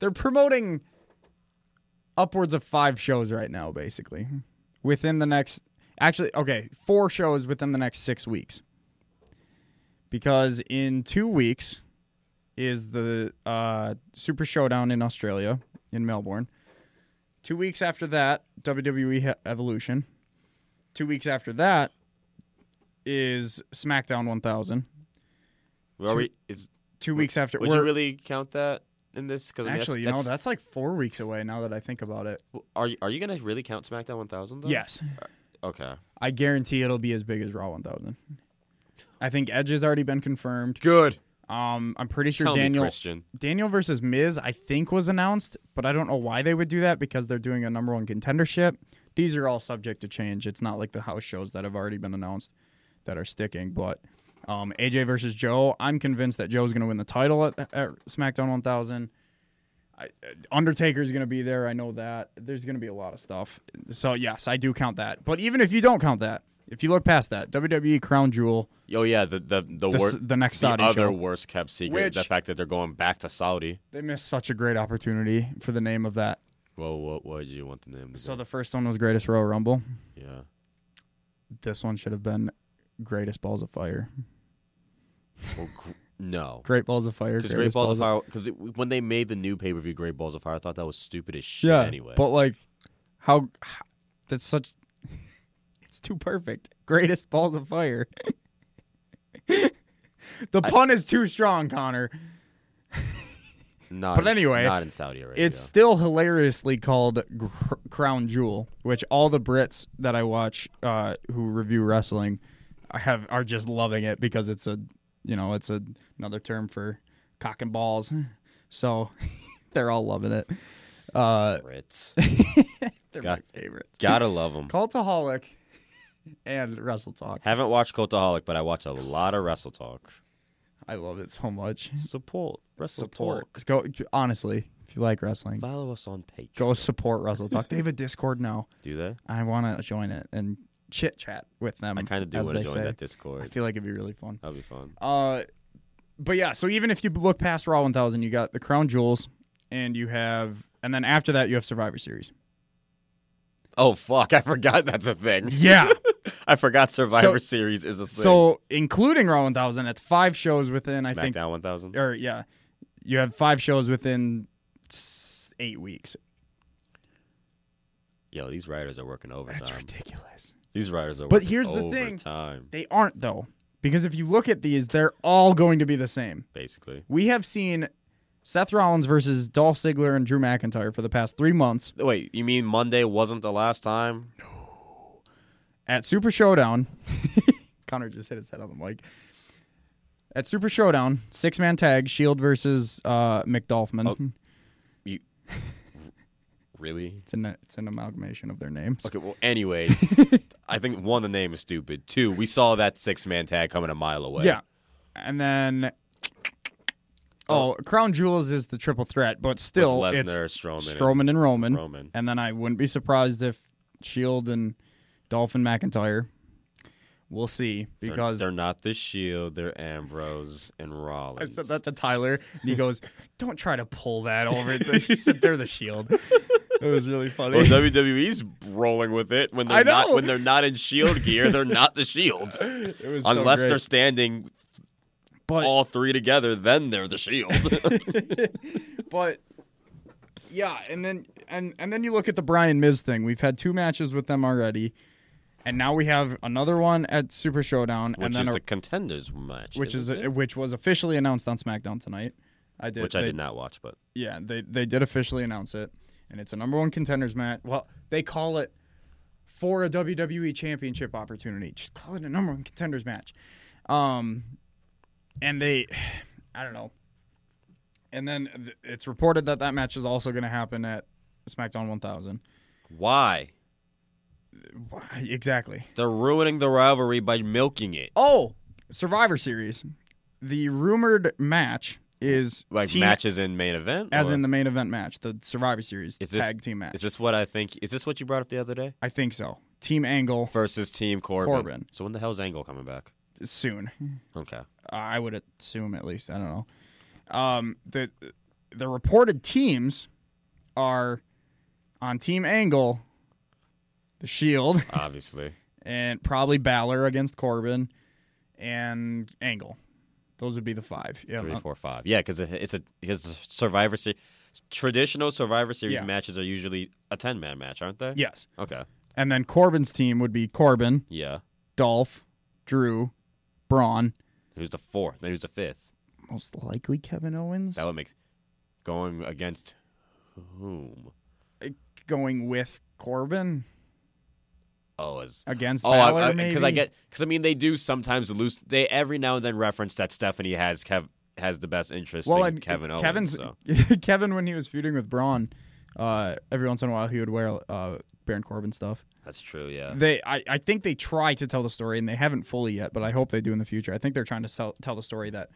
They're promoting upwards of five shows right now, basically. Within the next, actually, okay, four shows within the next six weeks. Because in two weeks is the uh, Super Showdown in Australia, in Melbourne. Two weeks after that, WWE He- Evolution. Two weeks after that is SmackDown 1000. Well, we, is, Two weeks after, would we're- you really count that in this? Because I mean, actually, you know, that's, that's like four weeks away now that I think about it. that's- are you are you gonna really count SmackDown 1000? though? Yes. Okay. I guarantee it'll be as big as Raw 1000. I think Edge has already been confirmed. Good. Um, I'm pretty sure Tell me, Daniel Christian. Daniel versus Miz, I think, was announced, but I don't know why they would do that because they're doing a number one contendership. These are all subject to change. It's not like the house shows that have already been announced that are sticking. But um, AJ versus Joe, I'm convinced that Joe's going to win the title at, at SmackDown 1000. I, uh, Undertaker's going to be there. I know that. There's going to be a lot of stuff. So, yes, I do count that. But even if you don't count that, if you look past that, WWE Crown Jewel, Oh yeah, the the the, the, wor- s- the next the Saudi other show. worst kept secret is the Which- fact that they're going back to Saudi. they missed such a great opportunity for the name of that Well, what what did you want the name? To So be? the first one was Greatest Royal Rumble. yeah. This one should have been Greatest Balls of Fire. Well, gr- no. Great Balls of Fire. Because Great Balls of Fire, because when they made the new pay per view Great Balls of Fire, I thought that was stupid as shit. Yeah. anyway, But like, how? h- That's such. It's too perfect. Greatest Balls of Fire. the pun is too strong, Connor. not but in- anyway, not in Saudi Arabia. It's still hilariously called Gr- Crown Jewel, which all the Brits that I watch uh, who review wrestling have are just loving it because it's a you know it's a, another term for cock and balls, so they're all loving it. Uh, Brits. they're Got- my favorite. Gotta love them. Cultaholic and Wrestle Talk. Haven't watched Cultaholic, but I watch a lot of Wrestle Talk. I love it so much. Support Wrestle Support. Talk. Go honestly if you like wrestling. Follow us on Patreon. Go support Wrestle Talk. They have a Discord now. Do they? I want to join it and chit chat with them. I kind of do as want they to join say. that I Discord. Oh. feel like it'd be really fun. That'd be fun. Uh, but yeah, so even if you look past Raw 1000, you got the Crown Jewels, and you have, and then after that, you have Survivor Series. Oh fuck! I forgot that's a thing. Yeah. I forgot Survivor So- Series is a thing. so including Raw 1000, it's five shows within. I think, SmackDown 1000. or yeah, you have five shows within s- eight weeks. Yo, these writers are working overtime. That's ridiculous. These writers are. But working here's the thing. overtime, They aren't though, because if you look at these, they're all going to be the same. basically. We have seen Seth Rollins versus Dolph Ziggler and Drew McIntyre for the past three months Wait, you mean Monday wasn't the last time? at Super Showdown. Connor just hit his head on the mic. At Super Showdown, six man tag, Shield versus uh, McDolfman. Oh. Really? It's, an, it's an amalgamation of their names. Okay, well, anyways, I think one, the name is stupid. Two, we saw that six man tag coming a mile away. Yeah. And then. Oh, Crown Jewels is the triple threat, but With still, it's Lesnar, Strowman, Strowman and Roman. and Roman. And then I wouldn't be surprised if Shield and Dolphin McIntyre. We'll see They're- because they're, not the Shield, they're Ambrose and I Rollins. said that to Tyler, and he goes, "Don't try to pull that over." he said, "They're the Shield." It was really funny. Well, WWE's rolling with it when they're I not know. when they're not in Shield gear, they're not the Shield. It was so Unless great. they're standing but all three together, then they're the Shield. but yeah, and then and and then you look at the Brian Miz thing. We've had two matches with them already, and now we have another one at Super Showdown, which and then is a, the contenders match, which is isn't a, it? which was officially announced on SmackDown tonight. I did, which I they- did not watch, but Yeah, they they did officially announce it, and it's a number one contenders match. Well, they call it for a WWE Championship opportunity. Just call it a number one contenders match. Um, and they, I don't know. And then th- it's reported that that match is also going to happen at SmackDown 1000. why? Why- Exactly. They're ruining the rivalry by milking it. Oh, Survivor Series. The rumored match is Like Tina- matches in main event, as or- in the main event match, the Survivor Series Is this- tag team match. Is this what I think? Is this what you brought up the other day? I think so. Team Angle Versus Team Corbin. Corbin. So when the hell's Angle coming back? soon. Okay. I would assume at least. I don't know. Um, the the reported teams are on Team Angle, the Shield, obviously. and probably Balor against Corbin and Angle. Those would be the five. Yeah, uh, Three, four, five. Yeah, because it's a because Survivor Series traditional Survivor Series Yeah. matches are usually a ten man match, aren't they? Yes. Okay. And then Corbin's team would be Corbin, Yeah. Dolph, Drew, Braun, Who's the fourth? Then who's the fifth? most likely Kevin Owens. That would make going against whom? going with Corbin Oh, is against oh, Balor, I- I- maybe. I get because I mean they do sometimes lose. They every now and then reference that Stephanie has Kev has the best interest well, in and Kevin Owens. Kevin's so. Kevin when he was feuding with Braun. Uh, every once in a while, he would wear uh, Baron Corbin stuff. That's true. Yeah. They, I, I think they try to tell the story, and they haven't fully yet, but I hope they do in the future. I think they're trying to sell, tell the story that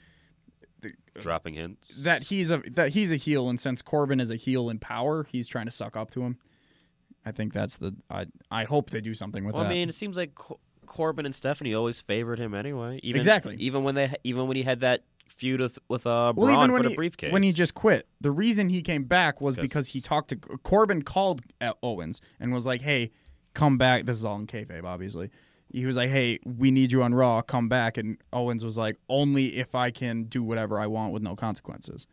Mm-hmm. Dropping hints. that he's a that he's a heel, and since Corbin is a heel in power, he's trying to suck up to him. I think that's the. I I hope they do something with Well, that. I mean, it seems like Cor- Corbin and Stephanie always favored him anyway. Even, Exactly. Even when they, even when he had that feud with with uh, Braun well, even when for he the briefcase. when he just quit, the reason he came back was 'Cause- because he talked to Corbin called at Owens and was like, "Hey, come back." This is all in kayfabe, obviously. He was like, "Hey, we need you on Raw. Come back." And Owens was like, "Only if I can do whatever I want with no consequences."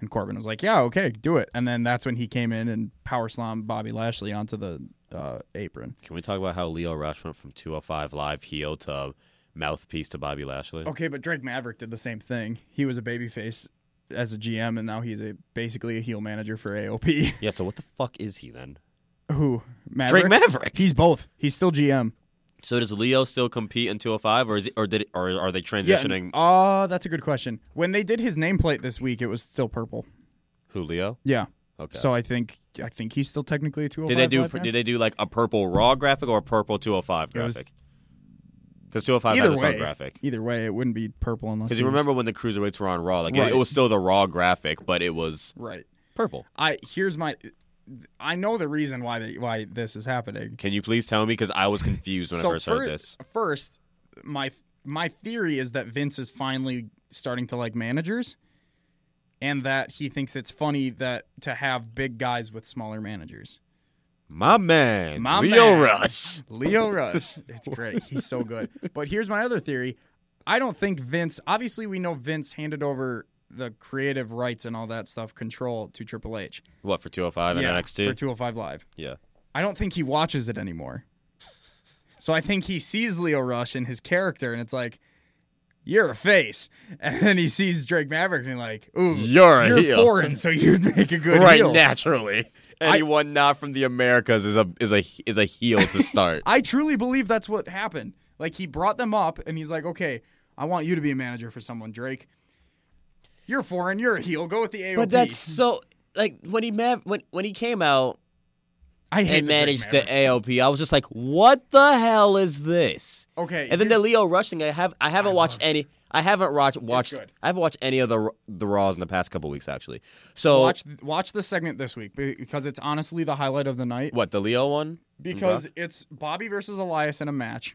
And Corbin was like, "Yeah, okay, do it." And then that's when he came in and power slammed Bobby Lashley onto the uh, apron. Can we talk about how Leo Rush went from 205 live heel to mouthpiece to Bobby Lashley? Okay, but Drake Maverick did the same thing. He was a babyface as a GM, and now he's a basically a heel manager for AOP. Yeah. So what the fuck is he then? Who? Maverick? Drake Maverick. He's both. He's still GM. So does Leo still compete in 205, or is he, or did or are they transitioning? Oh, that's a good question. When they did his nameplate this week, it was still purple. Who Leo? Yeah. Okay. So I think I think he's still technically a 205. did they do live man. did they do like a purple Raw graphic or a purple 205 It was- graphic? Because 205 Either has its way, own graphic. Either way, it wouldn't be purple unless. Because it you was- remember when the cruiserweights were on Raw, like it- Right. it, was still the Raw graphic, but it was Right. purple. I here's my. I know the reason why they, why this is happening. Can you please tell me? Because I was confused when I first fir- heard this. First, my my theory is that Vince is finally starting to like managers, and that he thinks it's funny that to have big guys with smaller managers. My man, My Leo man. Rush. Leo Rush, it's great. He's so good. But here's my other theory. I don't think Vince. Obviously, we know Vince handed over the creative rights and all that stuff control to Triple H. What for 205 and NXT? for 205 Live. yeah, I don't think he watches it anymore. So I think he sees Leo Rush and his character, and it's like, you're a face. And then he sees Drake Maverick and like, ooh, You're a heel. foreign, so you'd make a good right. heel. Naturally, anyone not from the Americas is a is a is a heel to start. I truly believe that's what happened. Like he brought them up, and he's like, okay, I want you to be a manager for someone, Drake. You're foreign. You're a heel. Go with the AOP. but that's so like when he ma- when when he came out I hate and the Drake managed the Maverick. AOP, I was just like, what the hell is this? Okay, And then the here's- Leo Rush thing, I have I haven't watched any. I haven't watched watched good. I haven't watched any of the the Raws in the past couple weeks actually. So watch watch the segment this week be- because it's honestly the highlight of the night. what the Leo one? because it's Bobby versus Elias in a match,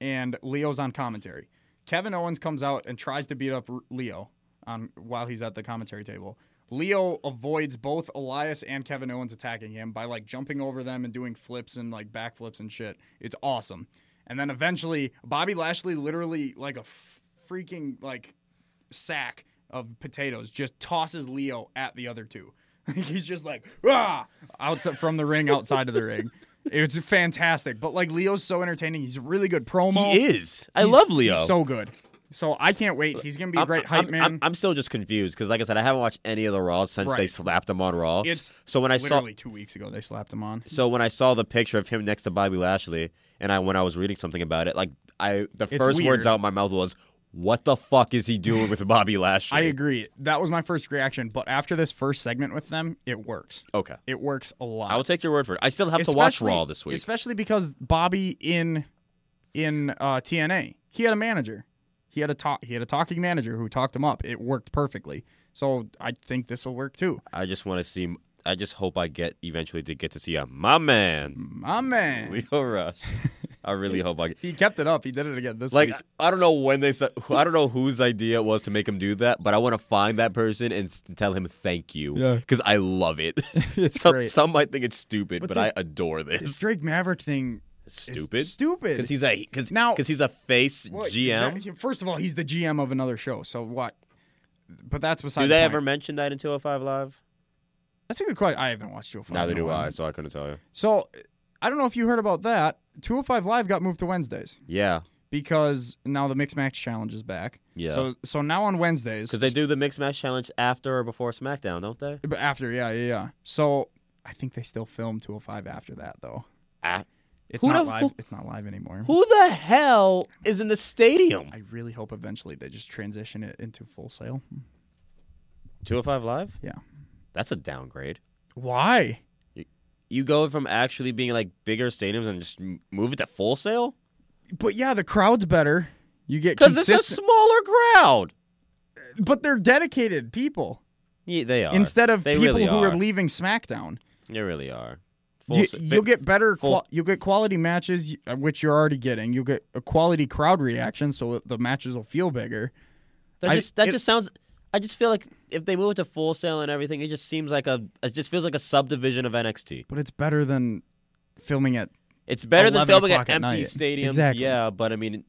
and Leo's on commentary. Kevin Owens comes out and tries to beat up R- Leo on while he's at the commentary table. Leo avoids both Elias and Kevin Owens attacking him by like jumping over them and doing flips and like backflips and shit. It's awesome. And then eventually Bobby Lashley literally like a f- freaking like sack of potatoes just tosses Leo at the other two. He's just like ah outside from the ring, outside of the ring. It's fantastic. But like Leo's so entertaining. He's a really good promo. He is. I He's- love Leo. He's so good. So I can't wait. He's gonna be a I'm- great I'm, hype man. I'm, I'm still just confused because, like I said, I haven't watched any of the Raws since they Right. slapped him on Raw. It's so when I saw Literally two weeks ago, they slapped him on. so when I saw the picture of him next to Bobby Lashley, and I when I was reading something about it, like I the first weird. words out of my mouth was, "What the fuck is he doing with Bobby Lashley?" I agree. That was my first reaction. But after this first segment with them, it works. Okay, It works a lot. I will take your word for it. I still have to watch Especially- Raw this week. especially because Bobby in in uh, TNA, he had a manager. He had a talk. He had a talking manager who talked him up. It worked perfectly. So I think this will work too. I just want to see. I just hope I get eventually to get to see a my man Mm. My man. Leo Rush. I really hope I. He kept it up. He did it again this Like week. I don't know when they said I don't know whose idea it was to make him do that, but I want to find that person and s- tell him thank you Yeah. because I love it. It's some, great. some might think it's stupid, But but, this- I adore this. This Drake Maverick thing is stupid. Stupid. Because he's a because Now- because he's a face What, GM. exactly. First of all, he's the GM of another show, so what? But that's beside. Do the they point. ever mention that in 205 Live? That's a good question. I haven't watched 205. in a while. so I couldn't tell you. So I don't know if you heard about that. 205 Live got moved to Wednesdays Yeah, because now the Mix Match Challenge is back. Yeah. So so now on Wednesdays. because they do the mixed match challenge after or before SmackDown, don't they? But after, yeah, yeah, yeah. So I think they still film 205 after that though. Ah. It's Who not the- live. who- it's not live anymore. Who the hell is in the stadium? I really hope eventually they just transition it into full sale. 205 Live? Yeah. That's a downgrade. Why? You go from actually being like bigger stadiums and just m- move it to full sale? But yeah, the crowd's better. You get Because it's a consistent, smaller crowd. but they're dedicated people Yeah, they are. instead of They people really who are. are leaving SmackDown. they really are. you, sa- you'll get better. full- Qual- you'll get quality matches, y- uh, which you're already getting. You'll get a quality crowd reaction, so the matches will feel bigger. That I- just that it- just sounds. I just feel like if they move it to full sale and everything, it just seems like a. It just feels like a subdivision of NXT. But it's better than filming it. It's better than 11 filming at o'clock at empty night. stadiums. Exactly. Yeah, but I mean,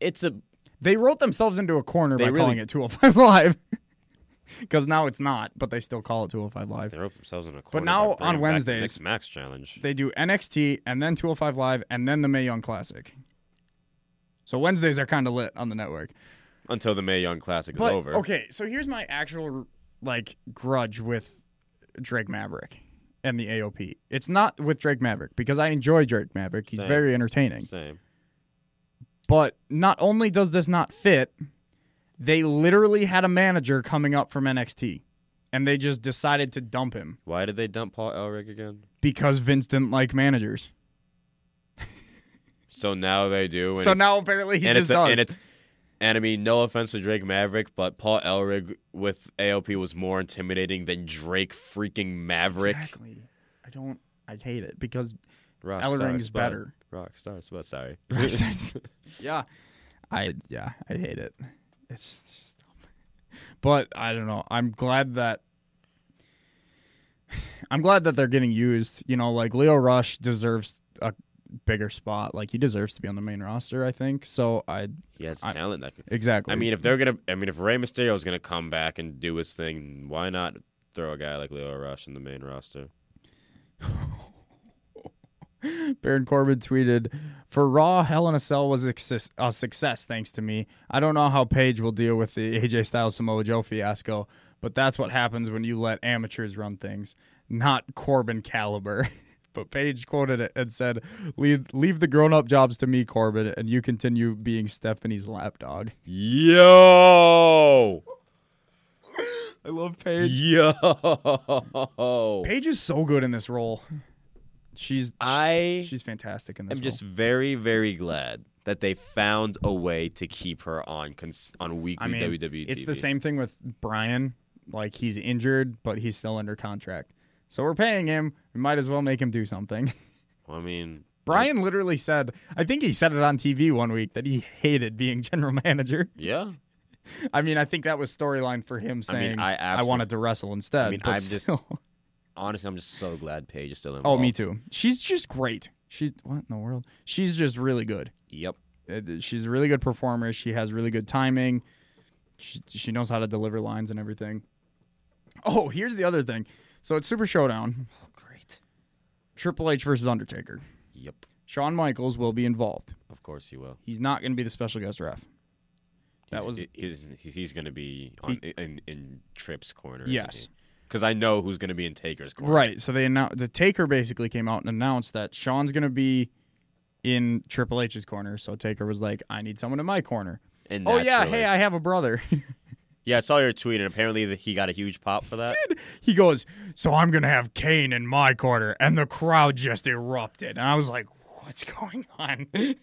it's a. They wrote themselves into a corner They by really- calling it 205 Live, because now it's not, but they still call it 205 Live. They wrote themselves in a corner by corner. now bringing on back the Wednesdays- Mixed Max Challenge. They do NXT and then 205 Live and then the May Young Classic. So Wednesdays are kind of lit on the network. Until the May Young Classic But okay, so here's my actual like grudge with Drake Maverick and the AOP. It's not with Drake Maverick because I enjoy Drake Maverick. He's Same. very entertaining. Same. But not only does this not fit, they literally had a manager coming up from NXT and they just decided to dump him Why did they dump Paul Elric again? because Vince didn't like managers. So now they do. so now apparently he and just it's does. and it's and I mean no offense to Drake Maverick, but Paul Elrig with AOP was more intimidating than Drake freaking Maverick. exactly. I don't I hate it because Rock Elring's star, spud. better. Rock star, spud, sorry. yeah, I yeah I hate it. It's just, it's just dumb. But I don't know. I'm glad that I'm glad that they're getting used. You know, like Leo Rush deserves a bigger spot. Like he deserves to be on the main roster. I think so. I he has I- talent. That could, exactly. I mean, if they're gonna, I mean, if Rey Mysterio is gonna come back and do his thing, why not throw a guy like Leo Rush in the main roster? Baron Corbin tweeted, "For Raw, Hell in a Cell was a success- a success thanks to me. I don't know how Paige will deal with the AJ Styles Samoa Joe fiasco, but that's what happens when you let amateurs run things, not Corbin caliber." But Paige quoted it and said, "Leave leave the grown up jobs to me, Corbin, and you continue being Stephanie's lapdog." Yo, I love Paige. yo, Paige is so good in this role. She's I she's fantastic in this. I'm role. just very, very glad that they found a way to keep her on cons- on weekly I mean, WWE. it's the same thing with Brian. Like he's injured, but he's still under contract. So we're paying him. We might as well make him do something. I mean, Brian literally said, I think he said it on TV one week that he hated being general manager. yeah. I mean, I think that was storyline for him saying I absolute- wanted to wrestle instead. I mean, but I'm just- still. Honestly, I'm just so glad Paige is still oh, involved. me too. She's just great. She's what in the world? She's just really good. Yep. Uh, She's a really good performer. She has really good timing. She, she knows how to deliver lines and everything. Oh, here's the other thing. So it's Super Showdown, Oh, great. Triple H versus Undertaker. Yep. Shawn Michaels will be involved. Of course you will. He's not going to be the special guest ref. That He's- was- he- he's he's, he's going to be on in, in Tripp's corner. Yes. Because I know who's going to be in Taker's corner. Right. So they announced the Taker basically came out and announced that Shawn's going to be in Triple H's corner. So Taker was like, "I need someone in my corner." And Oh yeah, naturally- hey, I have a brother. yeah. I saw your tweet, and apparently that he got a huge pop for that. he goes, So I'm going to have Kane in my corner. And the crowd just erupted. And I was like, What's going on?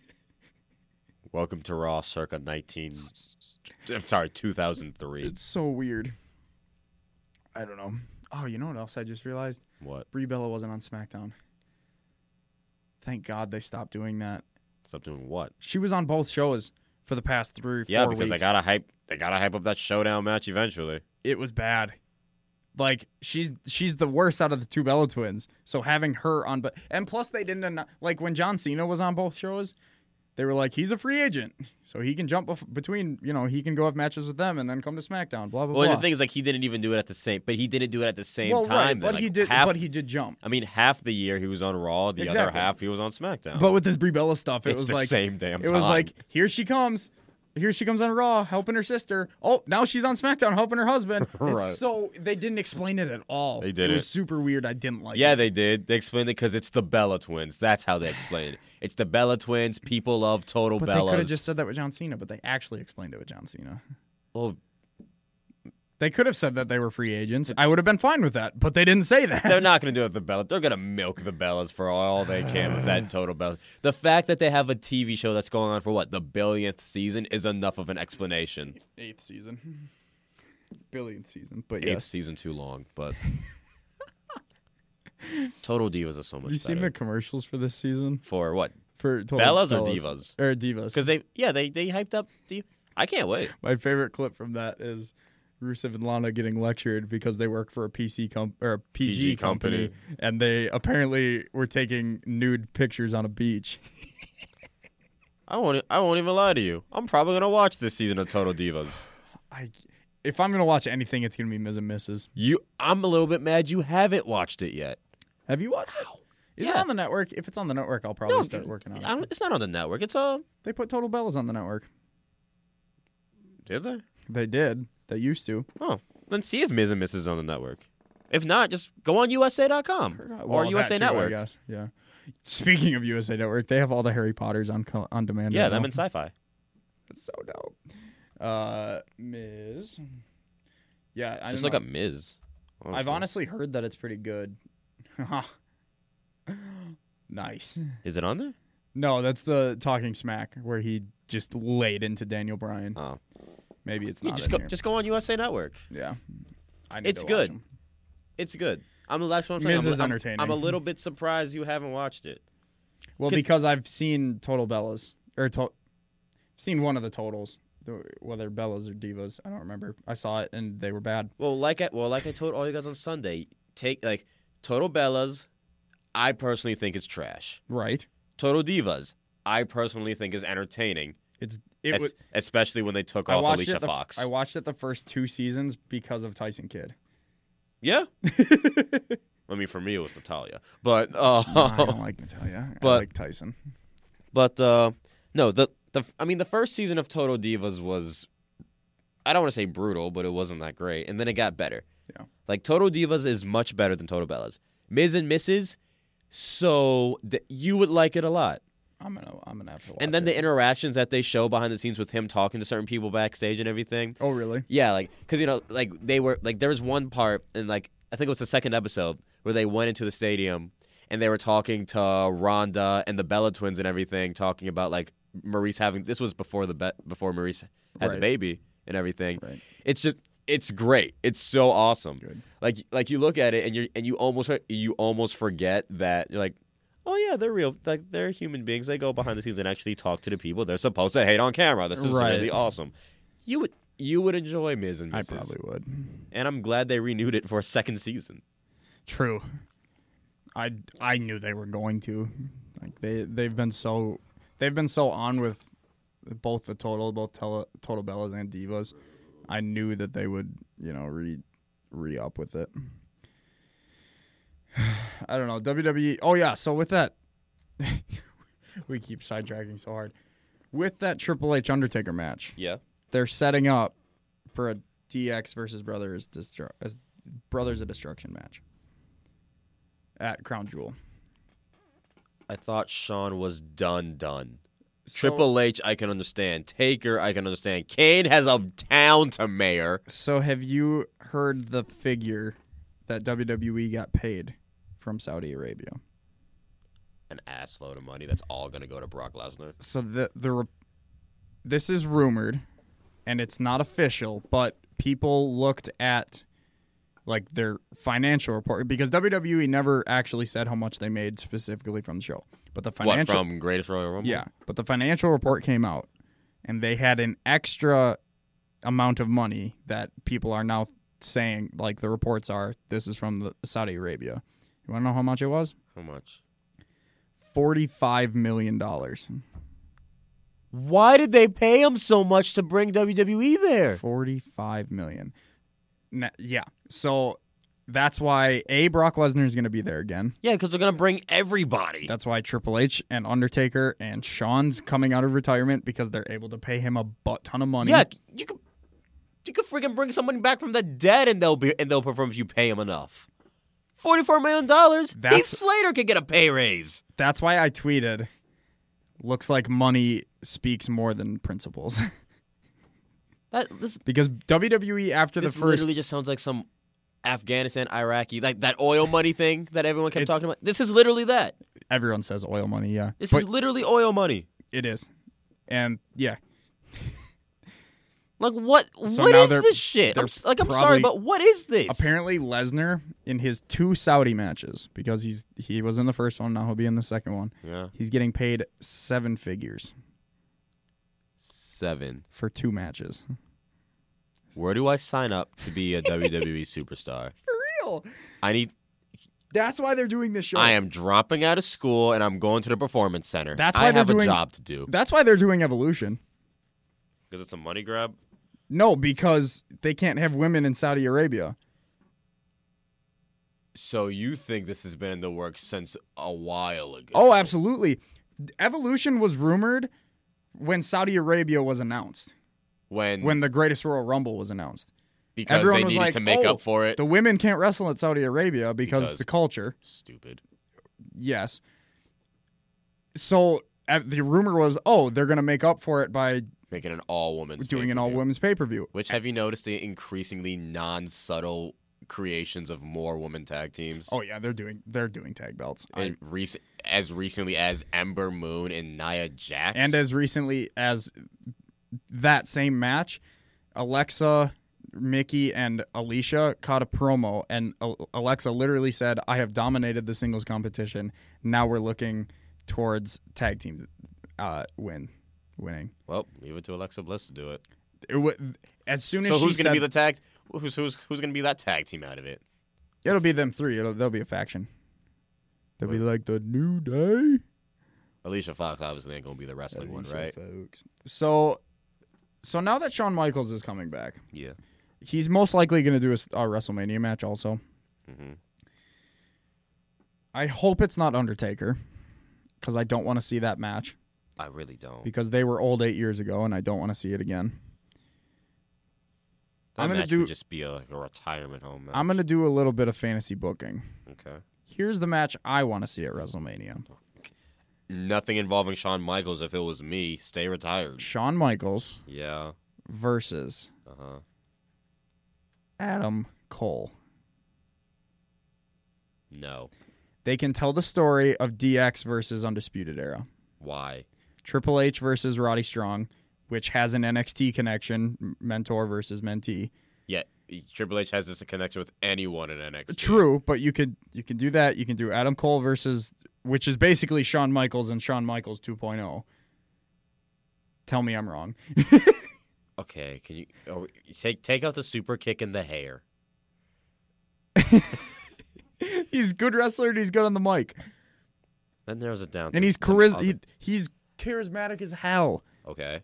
Welcome to Raw, circa 19. I'm sorry, 2003. it's so weird. I don't know. Oh, you know what else I just realized? what? Brie Bella wasn't on SmackDown. Thank God they stopped doing that. Stop doing what? She was on both shows for the past three, four Yeah, because weeks. they gotta hype. They gotta hype up that showdown match eventually. it was bad. Like she's she's the worst out of the two Bella twins. So having her on, but and plus they didn't anno- like when John Cena was on both shows, they were like he's a free agent, so he can jump bef- between you know he can go have matches with them and then come to SmackDown. Blah blah Well, and blah. the thing is, like, he didn't even do it at the same. But he didn't do it at the same well, time. right, then, but like, he did, Half, but he did jump. I mean, half the year he was on Raw. The other Exactly. half he was on SmackDown. But with this Brie Bella stuff, it It's was the like same damn It was time. like here she comes, here she comes on Raw helping her sister. Oh, now she's on SmackDown helping her husband. Right. It's so they didn't explain it at all. They It didn't. was super weird. I didn't like. yeah, it. they did. They explained it because it's the Bella twins. That's how they explained it. It's the Bella twins. People love total But they Bellas. could have just said that with John Cena, but they actually explained it with John Cena. Well, They could have said that they were free agents. I would have been fine with that, but they didn't say that. They're not going to do it with the Bellas. They're going to milk the Bellas for all they can with that total Bellas. The fact that they have a TV show that's going on for what the billionth season is enough of an explanation. Eighth season, billionth season, but Eighth season too long, but Total Divas is so much Have you seen better. the commercials for this season for what? for Total Bellas or Divas? or divas? Because they yeah they they hyped up. The, I can't wait. My favorite clip from that is Rusev and Lana getting lectured because they work for a PC comp or a PG, PG company, company. and they apparently were taking nude pictures on a beach. I won't e, I won't even lie to you. I'm probably going to watch this season of Total Divas. I, if I'm gonna watch anything, it's gonna be Ms. and Mrs. You I'm a little bit mad you haven't watched it yet. Have you watched? It? Is it Yeah. on the network? If it's on the network, I'll probably start working on it. I don't- It's not on the network. It's uh They put Total Bellas on the network. did they? They did. They used to. Oh, then see if Ms. and Mrs. is on the network. If not, just go on USA.com or that USA too, I Network. guess. Yeah. Speaking of USA Network, they have all the Harry Potters on co- on demand. Yeah, right them now. and sci-fi. That's so dope. Uh, Ms. Yeah, I Just don't look know. up Oh, Ms. I've honestly heard that it's pretty good. nice. Is it on there? No, that's the talking smack where he just laid into Daniel Bryan. Oh. Maybe it's Yeah, not. just in go. here. Just go on USA Network. yeah. I need It's to watch good. him. It's good. I'm the last one. I'm saying. Ms. I'm, is I'm- entertaining. I'm a little bit surprised you haven't watched it. Well, 'Cause- because I've seen total Bellas or to- seen one of the totals, th- whether Bellas or Divas. I don't remember. I saw it and they were bad. Well, like I well, like I told all you guys on Sunday, take like Total Bellas. I personally think it's trash. Right? Total Divas. I personally think is entertaining, It's it es- was. especially when they took I off watched Alicia it. The, Fox. I watched it the first two seasons because of Tyson Kidd. Yeah. I mean, for me, it was Natalia, but uh, I don't like Natalia. I But- like Tyson. but uh, no, the the I mean, the first season of Total Divas was, I don't want to say brutal, but it wasn't that great, and then it got better. Yeah. like Total Divas is much better than Total Bellas. Ms. and Mrs. So th- you would like it a lot, I'm gonna. I'm gonna have to. Watch and then it. the interactions that they show behind the scenes with him talking to certain people backstage and everything. Oh really? Yeah, like because you know, like they were like there was one part and like I think it was the second episode where they went into the stadium and they were talking to Rhonda and the Bella twins and everything, talking about like Maurice having this was before the be- before Maurice had Right. the baby and everything. Right. It's just it's great. It's so awesome. Good. Like like you look at it and you and you almost you almost forget that you're like. Oh yeah, they're real. Like they're human beings. They go behind the scenes and actually talk to the people they're supposed to hate on camera. This is Right. really awesome. You would you would enjoy Ms. and I Mrs. probably would. And I'm glad they renewed it for a second season. True. I I knew they were going to. Like they they've been so they've been so on with both the total both tele, total bellas and divas. I knew that they would you know re re up with it. I don't know WWE. Oh yeah, so with that, we keep sidetracking so hard. With that Triple H Undertaker match, Yeah. they're setting up for a DX versus Brothers Destru- as Brothers of Destruction match at Crown Jewel. I thought Sean was done done. Triple H I can understand. Taker I can understand. Kane has a town to mayor. So have you heard the figure that WWE got paid from Saudi Arabia? An ass load of money that's all gonna go to Brock Lesnar. So the the re- this is rumored and it's not official, but people looked at like their financial report because WWE never actually said how much they made specifically from the show. But the What financial from Greatest Royal Rumble? yeah, but the financial report came out and they had an extra amount of money that people are now saying like the reports are this is from the Saudi Arabia. You want to know how much it was? How much? 45 million dollars. Why did they pay him so much to bring WWE there? 45 million. Na- yeah. So that's why A Brock Lesnar is going to be there again. Yeah, because they're gonna bring everybody. That's why Triple H and Undertaker and Shawn's coming out of retirement because they're able to pay him a butt ton of money. yeah, you could you could freaking bring somebody back from the dead and they'll be and they'll perform if you pay them enough. Forty four million dollars. Heath That's- Slater could get a pay raise. That's why I tweeted looks like money speaks more than principles That this because WWE after this the first literally just sounds like some Afghanistan, Iraqi, like that oil money thing that everyone kept It's- talking about. This is literally that. everyone says oil money, yeah. This but is literally oil money. it is. And yeah, Like what? So what now is they're- this shit? I'm, they're s- like I'm sorry, probably- but what is this? Apparently, Lesnar in his two Saudi matches because he's he was in the first one, now he'll be in the second one. yeah, He's getting paid seven figures seven. for two matches. Where do I sign up to be a WWE superstar? For real? I need. That's why they're doing this show. I am dropping out of school and I'm going to the performance center. That's I why they're have a doing- job to do. That's why they're doing Evolution. Because it's a money grab. No, because they can't have women in Saudi Arabia. So you think this has been in the works since a while ago? Oh, absolutely. Evolution was rumored when Saudi Arabia was announced, when when the Greatest Royal Rumble was announced. because everyone they was needed like, to make "Oh, up for it. The women can't wrestle at Saudi Arabia because, Because- the culture. Stupid. Yes. So uh, the rumor was, oh, they're going to make up for it by Making an all woman. doing an all women's pay per view. Which have you noticed the increasingly non subtle creations of more women tag teams? Oh yeah, they're doing they're doing tag belts. I- And rec- as recently as Ember Moon and Nia Jax. and as recently as that same match, Alexa, Mickey, and Alicia caught a promo, and Al- Alexa literally said, "I have dominated the singles competition. Now we're looking towards tag team uh, win, winning." well, leave it to Alexa Bliss to do it. It wa as soon as So she who's said, gonna be the tag? Who's who's who's gonna be that tag team out of it? it'll be them three. It'll they'll be a faction. They'll be like the new day. Alicia Fox obviously ain't gonna be the wrestling one, Alicia right? Fox. So, so now that Shawn Michaels is coming back, Yeah. he's most likely going to do a, s- a WrestleMania match also. Mm-hmm. I hope it's not Undertaker because I don't want to see that match I really don't. because they were old eight years ago and I don't want to see it again. that I'm gonna match do- would just be a, like a retirement home match. I'm going to do a little bit of fantasy booking. okay. Here's the match I want to see at WrestleMania Nothing involving Shawn Michaels. If it was me, stay retired. Shawn Michaels Yeah. versus Uh huh. Adam Cole. No. They can tell the story of DX versus Undisputed Era. Why? Triple H versus Roddy Strong, which has an NXT connection, m- mentor versus mentee. Yeah. Triple H has this connection with anyone in NXT. True, but you could you can do that. You can do Adam Cole versus which is basically Shawn Michaels and Shawn Michaels 2.0. Tell me I'm wrong. Okay. Can you oh, take take out the super kick and the hair? he's a good wrestler and he's good on the mic. That narrows it down. to And he's some charis- other- he, he's charismatic as hell. Okay.